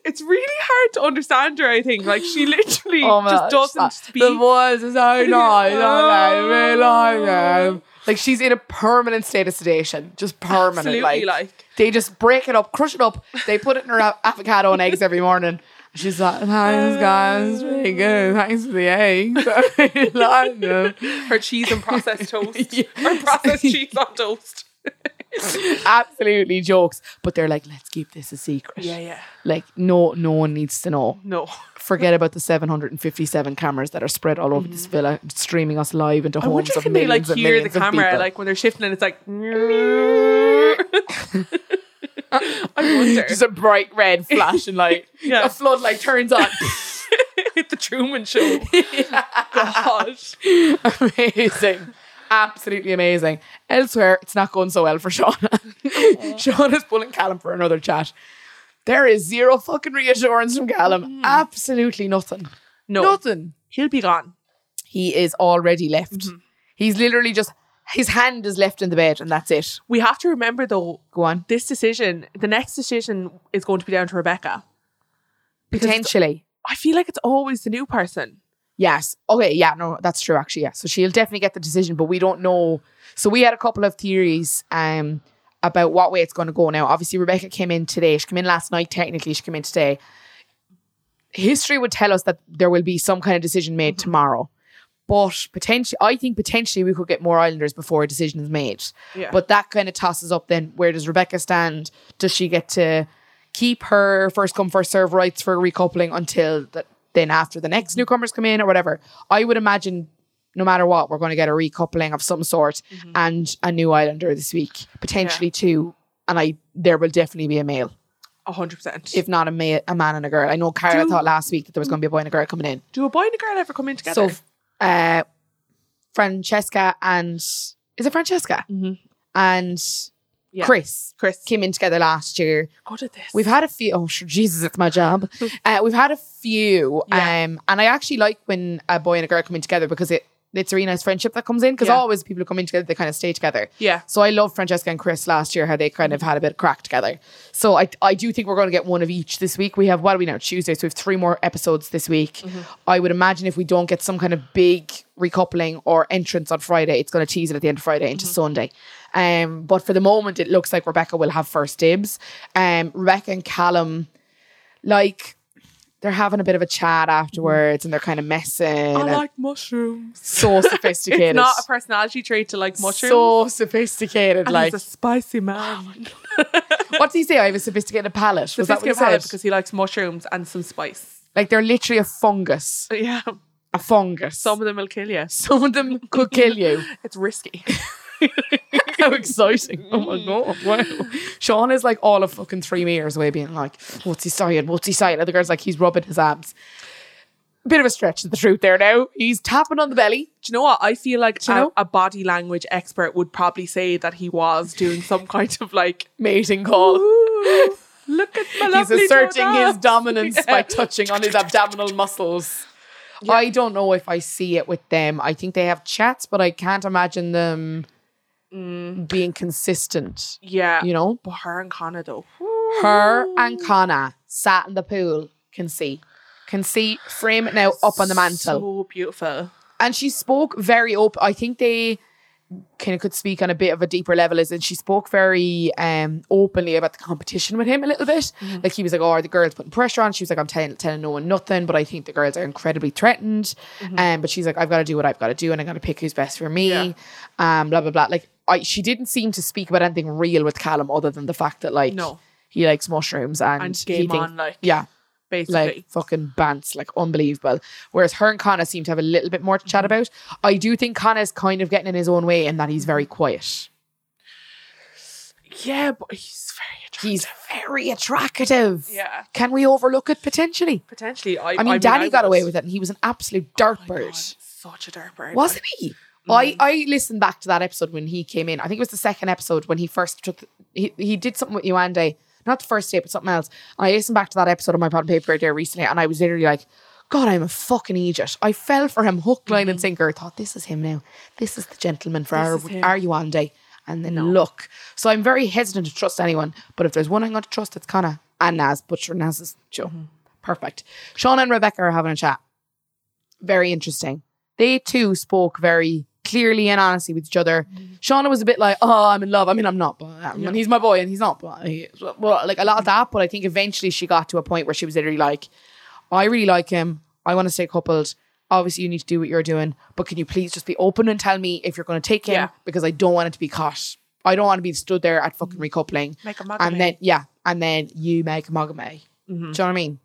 it's really hard to understand her. I think like she literally Oh just doesn't speak. The voice is so nice. I really like them. Like she's in a permanent state of sedation. Just permanent. Oh. Absolutely, like, like- they just break it up, crush it up. They put it in her av- avocado and eggs every morning. She's like, thanks guys, Oh. really good. Thanks for the eggs. I really like them. her cheese and processed toast. Yeah. Her processed cheese on toast. Absolutely jokes. But they're like, let's keep this a secret. yeah. Like, no, no one needs to know. No. Forget about the 757 cameras that are spread all over this villa, streaming us live into Mm. I homes wonder of can they millions like and hear the millions of camera people. like when they're shifting and it's like I wonder. Just a bright red flashing light. Yeah. A floodlight turns on. It's the Truman show. Gosh. Amazing. Absolutely amazing. Elsewhere, it's not going so well for Shauna. Shauna's pulling Callum for another chat. There is zero fucking reassurance from Callum. Mm-hmm. Absolutely nothing. No, Nothing. he'll be gone. He is already left. Mm-hmm. He's literally just, his hand is left in the bed and that's it. We have to remember though, Go on. this decision, the next decision is going to be down to Rebecca. Because it's- Potentially. I feel like it's always the new person. Yes. Okay. Yeah. No, that's true. Actually, yeah. So she'll definitely get the decision, but we don't know. So we had a couple of theories um, about what way it's going to go. Now, obviously, Rebecca came in today. She came in last night. Technically, she came in today. History would tell us that there will be some kind of decision made tomorrow, but potentially, I think potentially we could get more Islanders before a decision is made. Yeah. But that kind of tosses up then where does Rebecca stand? Does she get to keep her first come, first serve rights for recoupling until that then after the next newcomers come in or whatever? I would imagine no matter what, we're going to get a recoupling of some sort and a new Islander this week, potentially two. And I there will definitely be a male, hundred percent. if not a male, a man and a girl. I know Cara Do- thought last week that there was going to be a boy and a girl coming in. Do a boy and a girl ever come in together? So, uh, Francesca and is it Francesca Mhm. and Yeah. Chris Chris, came in together last year. go to this. We've had a few. Oh, sure, Jesus, it's my job. Uh, we've had a few, Yeah. um, and I actually like when a boy and a girl come in together because it it's a really nice friendship that comes in. Because Yeah. always people who come in together, they kind of stay together. yeah. So I love Francesca and Chris last year how they kind of had a bit of crack together. So I I do think we're going to get one of each this week. We have what are we now Tuesday, so we have three more episodes this week. Mm-hmm. I would imagine if we don't get some kind of big recoupling or entrance on Friday, it's going to tease it at the end of Friday Mm-hmm. into Sunday. Um, but for the moment, it looks like Rebecca will have first dibs. Um, Rebecca and Callum, like. They're having a bit of a chat afterwards and they're kind of messing. I and like mushrooms. so sophisticated. It's not a personality trait to like mushrooms. so sophisticated. and like he's a spicy man. what did he say? I have a sophisticated palate. Was that what he Sophisticated palate said? because he likes mushrooms and some spice. like they're literally a fungus. But yeah, A fungus. some of them will kill you. Some of them could kill you. It's risky. How exciting. Oh my god. Wow. Sean is like all of fucking three meters away being like, what's he saying? What's he saying? And the girl's like, he's rubbing his abs. Bit of a stretch of the truth there now. He's tapping on the belly. Do you know what? I feel like you a, know? a body language expert would probably say that he was doing some kind of like, Mating call. ooh, look at my He's lovely asserting donut." his dominance by Yeah. touching on his abdominal muscles. I don't know if I see it with them. I think they have chats, but I can't imagine them being consistent. Mm. Yeah. You know, But her and Connor though. Oh. her and Connor sat in the pool. Can see, can see. Frame now up on the mantle So beautiful. and she spoke very open. I think they kind of could speak on a bit of a deeper level, is and she spoke very um openly about the competition with him a little bit. Mm-hmm. Like he was like, "Oh, are the girls putting pressure on?" She was like, "I'm telling telling no one nothing, but I think the girls are incredibly threatened." Mm-hmm. Um, but she's like, "I've got to do what I've got to do, and I got to pick who's best for me." Yeah. Um, blah blah blah. Like I, she didn't seem to speak about anything real with Callum other than the fact that like No. he likes mushrooms and, And he game thinks- on, like, yeah Basically. like fucking bants, like unbelievable. Whereas her and Connor seem to have a little bit more to chat about. I do think Connor's kind of getting in his own way in that he's very quiet. yeah, but he's very attractive. He's very attractive. Yeah. Can we overlook it potentially? Potentially. I, I mean, I Danny got would. away with it and he was Oh an absolute God, dirtbird. Such a dirtbag. Wasn't he? Mm-hmm. I, I listened back to that episode when he came in. I think it was the second episode when he first took, he, he did something with Yuande, not the first day, but something else. And I listened back to that episode of my Pod and Paper there recently and I was literally like, God, I'm a fucking idiot. I fell for him hook, line, and sinker. I thought, this is him now. This is the gentleman for Mm-hmm. is him. our, our Yuande. And then look. So I'm very hesitant to trust anyone. But if there's one I'm going to trust, it's Connor and Naz. But sure, Naz is Joe. Mm-hmm. Perfect. Sean and Rebecca are having a chat very interesting. They too spoke very clearly and honestly with each other. Mm-hmm. Shauna was a bit like, "Oh, I'm in love. I mean, I'm not, but I mean, he's my boy, and he's not." But he- well, like a lot of that. But I think eventually she got to a point where she was literally like, "I really like him. I want to stay coupled. Obviously, you need to do what you're doing, but can you please just be open and tell me if you're going to take him Yeah. because I don't want it to be caught. I don't want to be stood there at fucking recoupling. Mm-hmm. Make a Mm-hmm. and then yeah, and then you make a mogame. Do you know what I mean?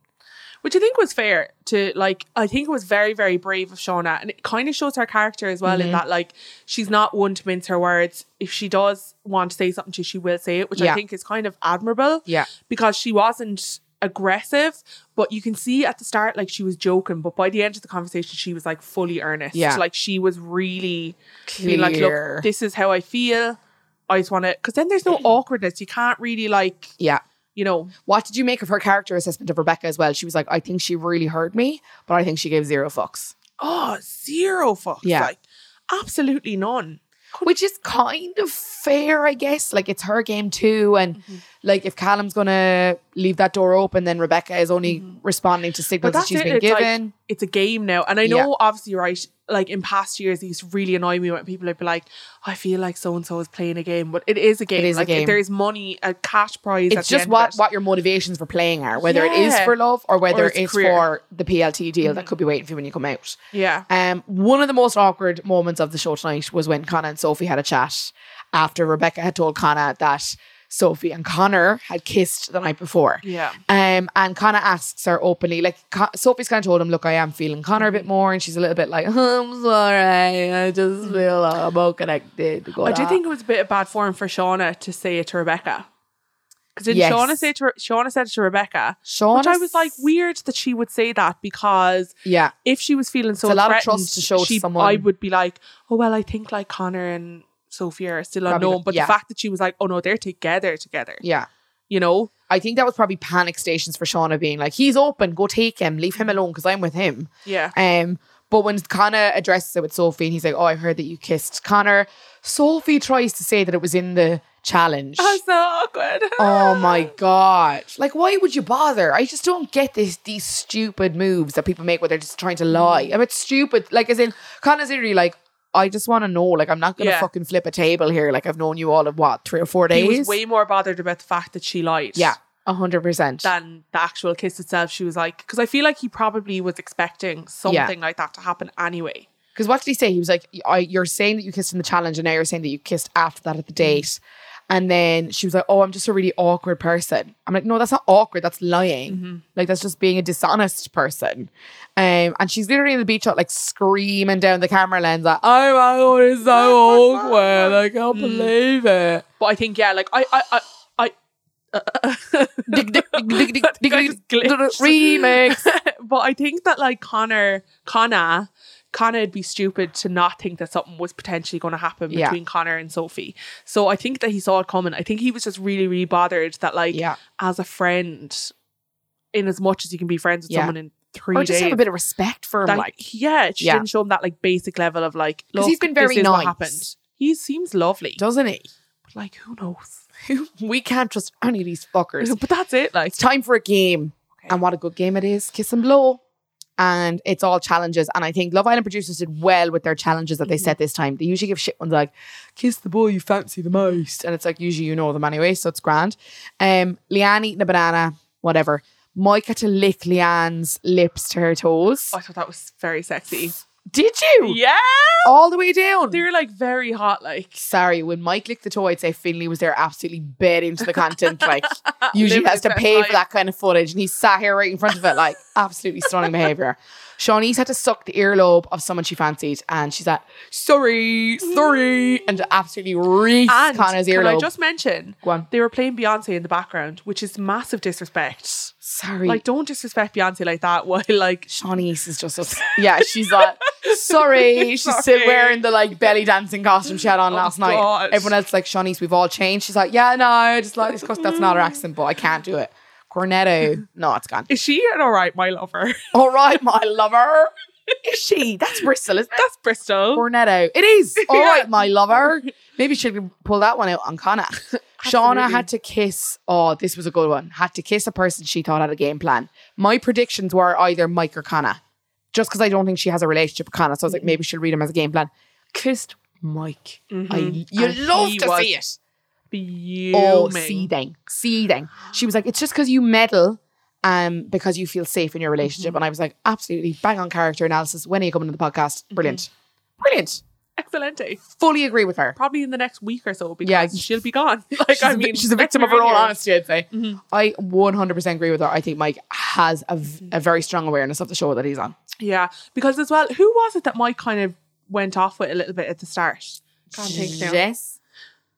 which I think was fair to like. I think it was very, very brave of Shauna, and it kind of shows her character as Mm-hmm. well in that like she's not one to mince her words. If she does want to say something to, you, she will say it, which Yeah. I think is kind of admirable. Yeah. because she wasn't aggressive, but you can see at the start like she was joking, but by the end of the conversation she was like fully earnest. Yeah. like she was really Clear. being like, look, this is how I feel. I just want to, because then there's no awkwardness. You can't really like, yeah. you know, What did you make of her character assessment of Rebecca as well? She was like, I think she really heard me, but I think she gave zero fucks, oh zero fucks. Yeah. like absolutely none. which is kind of fair, I guess. Like, it's her game too. And Mm-hmm. like, if Callum's going to leave that door open, then Rebecca is only Mm-hmm. responding to signals that she's been It's like, given. it's a game now. And I know, Yeah. obviously, right, like in past years, these really annoy me when people would be like, I feel like so and so is playing a game, but it is a game. is a like, game. There is money, a cash prize. at it's the just end of what, it. what your motivations for playing are, whether it is Yeah. for love or whether Or it's, it's career. for Mm-hmm. the PLT deal that could be waiting for you when you come out. Yeah. Um, one of the most awkward moments of the show tonight was when Connor and Sophie had a chat after Rebecca had told Connor that Sophie and Connor had kissed the night before. Yeah. Um, and Connor asks her openly, like Con- Sophie's kind of told him, "Look, I am feeling Connor a Mm-hmm. bit more," and she's a little bit like, "I'm sorry, I just feel uh, more connected." Mm-hmm. I do think it was a bit of bad form for Shauna to say it to Rebecca. Because did Yes. Shauna say to Re- Shauna said it to Rebecca, Sean, which I was like weird that she would say that because "Yeah, if she was feeling so It's a lot of threatened, trust to show to she, someone. I would be like, oh well, I think like Connor and Sophia are still Probably unknown. not- But yeah. the fact that she was like, oh no, they're together, together, yeah." you know, I think that was probably panic stations for Shauna being like, he's open, go take him, leave him alone because I'm with him. yeah, Um, but when Connor addresses it with Sophie and he's like, oh, I heard that you kissed Connor, Sophie tries to say that it was in the challenge. that's so awkward. Oh my God. Like, why would you bother? I just don't get this, these stupid moves that people make where they're just trying to lie. I mean, it's stupid. Like, as in, Connor's literally like, I just want to know. Like, I'm not going to Yeah. fucking flip a table here. Like, I've known you all of what, three or four he days? was way more bothered about the fact that she lied, yeah, 100%. than the actual kiss itself. She was like, because I feel like he probably was expecting something like that to happen anyway. Because what did he say? He was like, I, "You're saying that you kissed in the challenge, and now you're saying that you kissed after that at the date." And then she was like, "Oh, I'm just a really awkward person." I'm like, "No, that's not awkward. That's lying. Like that's just being a dishonest person." Um, and she's literally in the beach, out, like screaming down the camera lens, like, "Oh my god, it's so awkward. I can't believe it." But I think yeah, like I, I, I. I Dig, dig, dig, dig, dig, dig, think I just glitched. Remix. but I think that like Connor, Connor, Connor would be stupid to not think that something was potentially going to happen Yeah. between Connor and Sophie. So I think that he saw it coming. I think he was just really, really bothered that like Yeah. as a friend, in as much as you can be friends with Yeah. someone in three Or just days, have a bit of respect for him, that- like yeah, she Yeah. didn't show him that like basic level of like 'Cause look, he's been very this is nice. What happened? He seems lovely, doesn't he? but like who knows? we can't trust any of these fuckers. But that's it. Like It's time for a game. Okay. And what a good game it is. Kiss and blow. And it's all challenges. And I think Love Island producers did well with their challenges that they Mm-hmm. set this time. They usually give shit ones like, kiss the boy you fancy the most. And it's like, usually you know them anyway, so it's grand. Um, Leanne eating a banana, whatever. Mike had to lick Leanne's lips to her toes. I thought that was very sexy. Did you? Oh. Yeah, All the way down. they were like very hot. Like Sorry, when Mike licked the toe, I'd say Finley was there absolutely bed into the content. Like, usually Living has his to best pay life. for that kind of footage. And he sat here right in front of it, like, absolutely stunning behavior. Shawnee's had to suck the earlobe of someone she fancied. And she's like, sorry, sorry. And absolutely reeks Mm. And Connor's can I earlobe. just mention Go on. they were playing Beyonce in the background, which is massive disrespect. Sorry. Like, Like, don't disrespect Beyonce like that. While like, Shawnee's is just, us- yeah, she's like, sorry. She's still Sorry. wearing the like belly dancing costume she had on last night. God. Everyone else, like, Shawnee's, we've all changed. She's like, yeah, no, I just like this because that's not her accent, but I can't do it. Cornetto. No, it's gone. is she an all right, my lover? All right, my lover. Is she? That's Bristol, isn't it? That's Bristol. Cornetto. It is. All Yeah. right, my lover. Maybe she could pull that one out on Connor. Shauna Absolutely. had to kiss. Oh, this was a good one. Had to kiss a person she thought had a game plan. My predictions were either Mike or Connor, just because I don't think she has a relationship with Connor. So I Mm-hmm. was like, maybe she'll read him as a game plan. Kissed Mike. I, you Mm-hmm. And love he to was see it. Oh, Fuming. seething, seething. She was like, it's just because you meddle, um, because you feel safe in your relationship. Mm-hmm. And I was like, absolutely bang on character analysis. When are you coming to the podcast? Mm-hmm. Brilliant, brilliant. Excelente. Fully agree with her. Probably in the next week or so because Yeah. she'll be gone. Like, She's, I a, mean, Mm-hmm. vi- she's a let's victim be of her real own here. honesty. I'd say. I 100% agree with her. I think Mike has a, v- a very strong awareness of the show that he's on. Yeah, because as well, who was it that Mike kind of went off with a little bit at the start? Can't think now. Jess,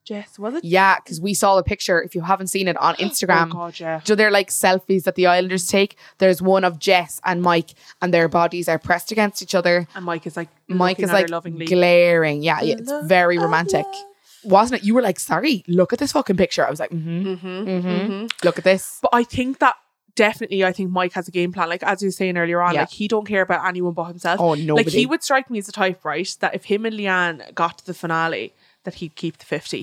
Jess, was it? Yeah, because we saw a picture. If you haven't seen it on Instagram, Oh God, yeah. so they're like selfies that the Islanders take. There's one of Jess and Mike, and their bodies are pressed against each other. And Mike is like, Mike looking is at her like lovingly. glaring. Yeah, yeah, it's Love, very I romantic. love. Wasn't it? You were like, sorry, look at this fucking picture. I was like, mm-hmm, mm-hmm, look at this. But I think that definitely, I think Mike has a game plan. Like as you were saying earlier on, Yeah. like he don't care about anyone but himself. Oh, nobody. Like he would strike me as the type, right, that if him and Leanne got to the finale, that he'd keep the fifty,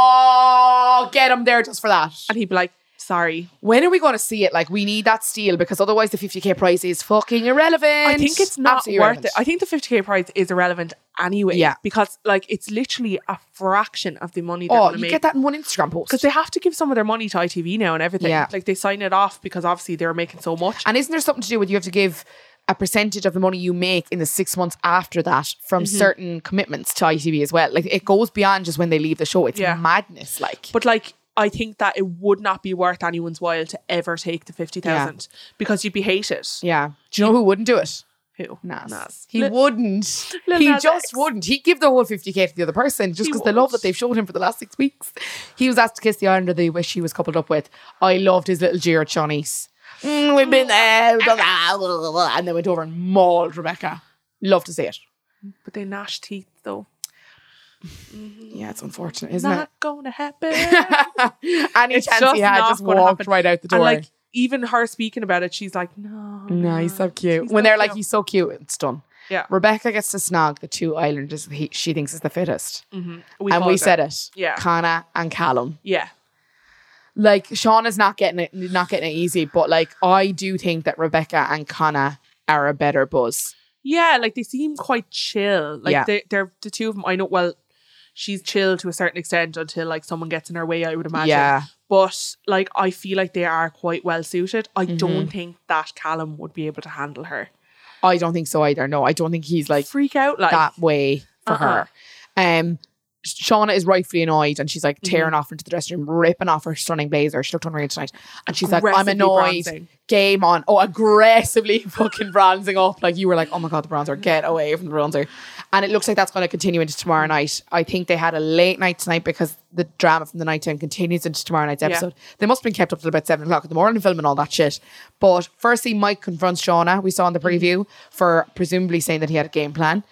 Oh, get him there just for that. and he'd be like, "Sorry." When are we going to see it? Like, we need that steal because otherwise the 50k prize is fucking irrelevant. I think it's not Absolutely worth irrelevant. it. I think the fifty k prize is irrelevant anyway. Yeah. because like it's literally a fraction of the money. They're Oh, gonna you make. get that in one Instagram post. because they have to give some of their money to ITV now and everything. Yeah. Like they sign it off because obviously they're making so much. And isn't there something to do with you have to give a percentage of the money you make in the six months after that from Mm-hmm. certain commitments to ITV as well? Like it goes beyond just when they leave the show. It's Yeah. madness. Like But like, I think that it would not be worth anyone's while to ever take the fifty thousand because you'd be hated. yeah. Do you know who wouldn't do it? Who? Nas. Nas. He Li- wouldn't. Lil he Nas just X. wouldn't. He'd give the whole 50k to the other person just He because the love would. that they've showed him for the last six weeks. He was asked to kiss the islander they wish he was coupled up with. I loved his little jeer at Shawnee's. Mm, we've been there. we've done that," And they went over and mauled Rebecca. Love to see it. But they gnash teeth though. Yeah, it's unfortunate, isn't it? not gonna happen. Any It's chance just he had not just gonna walked happen. right out the door. Mm. and like even her speaking about it, she's like, no, no, he's so cute. he's when so they're like, cute. he's so cute, it's done. Yeah. Rebecca gets to snog the two islanders he, she thinks is the fittest. We and called we it. said it. Yeah. Connor and Callum. yeah, Like Sean is not getting it not getting it easy, but like I do think that Rebecca and Connor are a better buzz. yeah. Like they seem quite chill. Like Yeah. they, they're the two of them. I know. Well, she's chill to a certain extent until like someone gets in her way. I would imagine. Yeah. But like, I feel like they are quite well suited. I Mm-hmm. don't think that Callum would be able to handle her. I don't think so either. No, I don't think he's like Freak out like that way for Uh-uh. her. Um, Shauna is rightfully annoyed and she's like Mm-hmm. tearing off into the dressing room, ripping off her stunning blazer. She looked unreal tonight. And she's like, I'm Aggressively annoyed. bronzing. Game on. Oh, aggressively fucking bronzing up. Like you were like, oh my God, the bronzer, get away from the bronzer. And it looks like that's going to continue into tomorrow night. I think they had a late night tonight because the drama from the night time continues into tomorrow night's episode. They must have been kept up till about seven o'clock in the morning filming all that shit. But firstly, Mike confronts Shauna, we saw in the preview, for presumably saying that he had a game plan.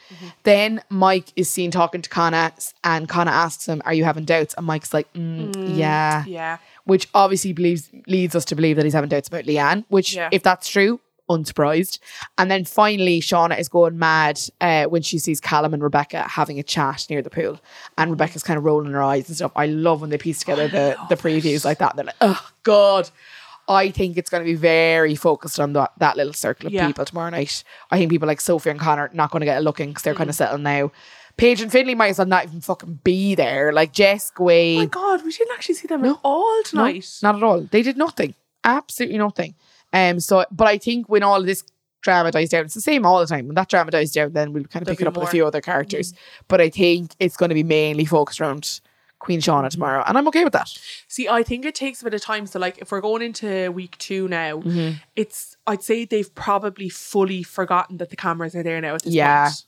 Then Mike is seen talking to Connor and Connor asks him, Are you having doubts? And Mike's like, "Mm, yeah. Yeah. Which obviously believes leads us to believe that he's having doubts about Leanne, which Yeah. if that's true, unsurprised. And then finally Shauna is going mad uh, when she sees Callum and Rebecca having a chat near the pool. And Rebecca's kind of rolling her eyes and stuff. I love when they piece together the, the previews like that. They're like, oh God. I think it's going to be very focused on that, that little circle of Yeah. people tomorrow night. I think people like Sophie and Connor not going to get a look in because they're Mm. kind of settled now. Paige and Finley might as well not even fucking be there. Like Jess, Gwen, Oh my god, we didn't actually see them at all no, tonight. Not at all. They did nothing. Absolutely nothing. Um. So, but I think when all of this drama dies down, it's the same all the time. When that drama dies down, then we'll kind of There'll pick it be up with a more. Mm-hmm. few other characters. But I think it's going to be mainly focused around Queen Shauna tomorrow, and I'm okay with that. See, I think it takes a bit of time. So, like, if we're going into week two now, Mm-hmm. it's I'd say they've probably fully forgotten that the cameras are there now. At this Yeah. point.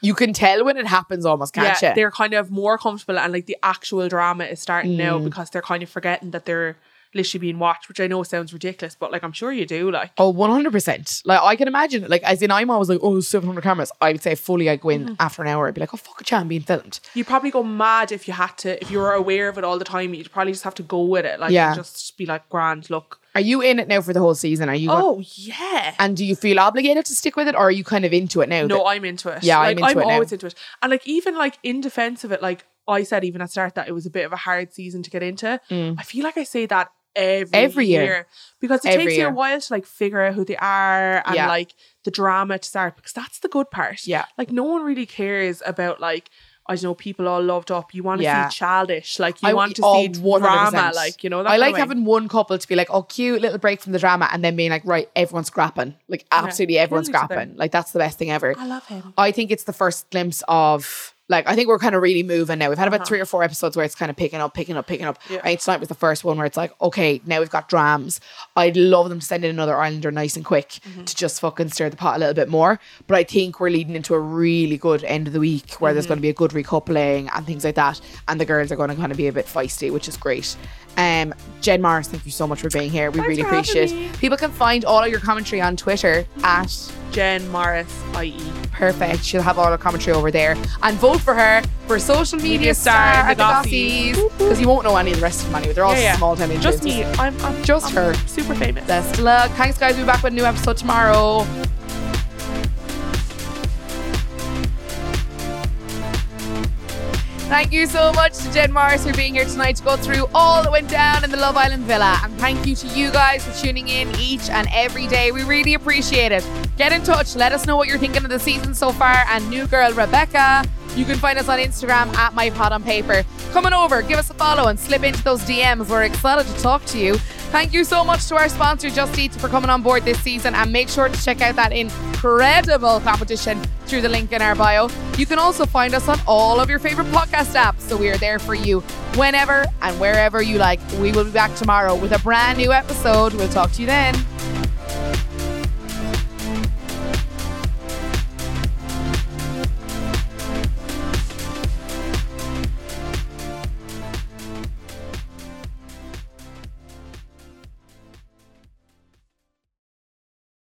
You can tell when it happens, almost can't yeah, you? they're kind of more comfortable, and like the actual drama is starting now because they're kind of forgetting that they're literally being watched. Which I know sounds ridiculous, but like I'm sure you do. Like, Oh, 100%. Like, I can imagine, it. like, as in, I'm always like, oh, 700 cameras. I would say fully, I go in Mm-hmm. after an hour. I'd be like, oh, fuck a chance being filmed. you'd probably go mad if you had to, if you were aware of it all the time. You'd probably just have to go with it, like, Yeah. and just be like, grand, look. Are you in it now for the whole season? Are you, going- Oh yeah. and do you feel obligated to stick with it, or are you kind of into it now? No, that- I'm into it. Yeah, I'm like, into it now. always into it. And like even like in defense of it, like I said even at start that it was a bit of a hard season to get into. I feel like I say that every Mm. Every year. because it Every takes you year. a while to like figure out who they are and Yeah. like the drama to start because that's the good part. Yeah. like no one really cares about like. I don't know people all loved up. You want to Yeah. see childish, like you I- want to oh, see drama, 100%. like you know. That I kind of like way. having one couple to be like, oh, cute little break from the drama, and then being like, right, everyone's scrapping, like absolutely everyone's Everyone needs to scrapping, like that's the best thing ever. I love him. I think it's the first glimpse of Like I think we're kind of really moving now. We've had about Uh-huh. three or four episodes where it's kind of picking up, picking up, picking up. Yeah. I think tonight was the first one where it's like, okay, now we've got drams. I'd love them to send in another Islander nice and quick Mm-hmm. to just fucking stir the pot a little bit more. But I think we're leading into a really good end of the week where Mm-hmm. there's going to be a good recoupling and things like that. And the girls are going to kind of be a bit feisty, which is great. Um, Jen Morris, thank you so much for being here. We Thanks really for having appreciate me. it. People can find all of your commentary on Twitter at Jen Morris, E. IE. Perfect. She'll have all her commentary over there. And vote for her for social media star at the Gossies. Because you won't know any of the rest of them anyway. They're all Yeah, yeah. small time Just me. I'm, I'm Just her. I'm Super famous. Best of luck. Thanks, guys. We'll be back with a new episode tomorrow. Thank you so much to Jen Morris for being here tonight to go through all that went down in the Love Island Villa. And thank you to you guys for tuning in each and every day. We really appreciate it. Get in touch. Let us know what you're thinking of the season so far. And new girl Rebecca, you can find us on Instagram at MyPod on Paper. Come on over, give us a follow, and slip into those DMs. We're excited to talk to you. Thank you so much to our sponsor, Just Eat, for coming on board this season. And make sure to check out that incredible competition through the link in our bio. You can also find us on all of your favorite podcast apps. So we are there for you whenever and wherever you like. We will be back tomorrow with a brand new episode. We'll talk to you then.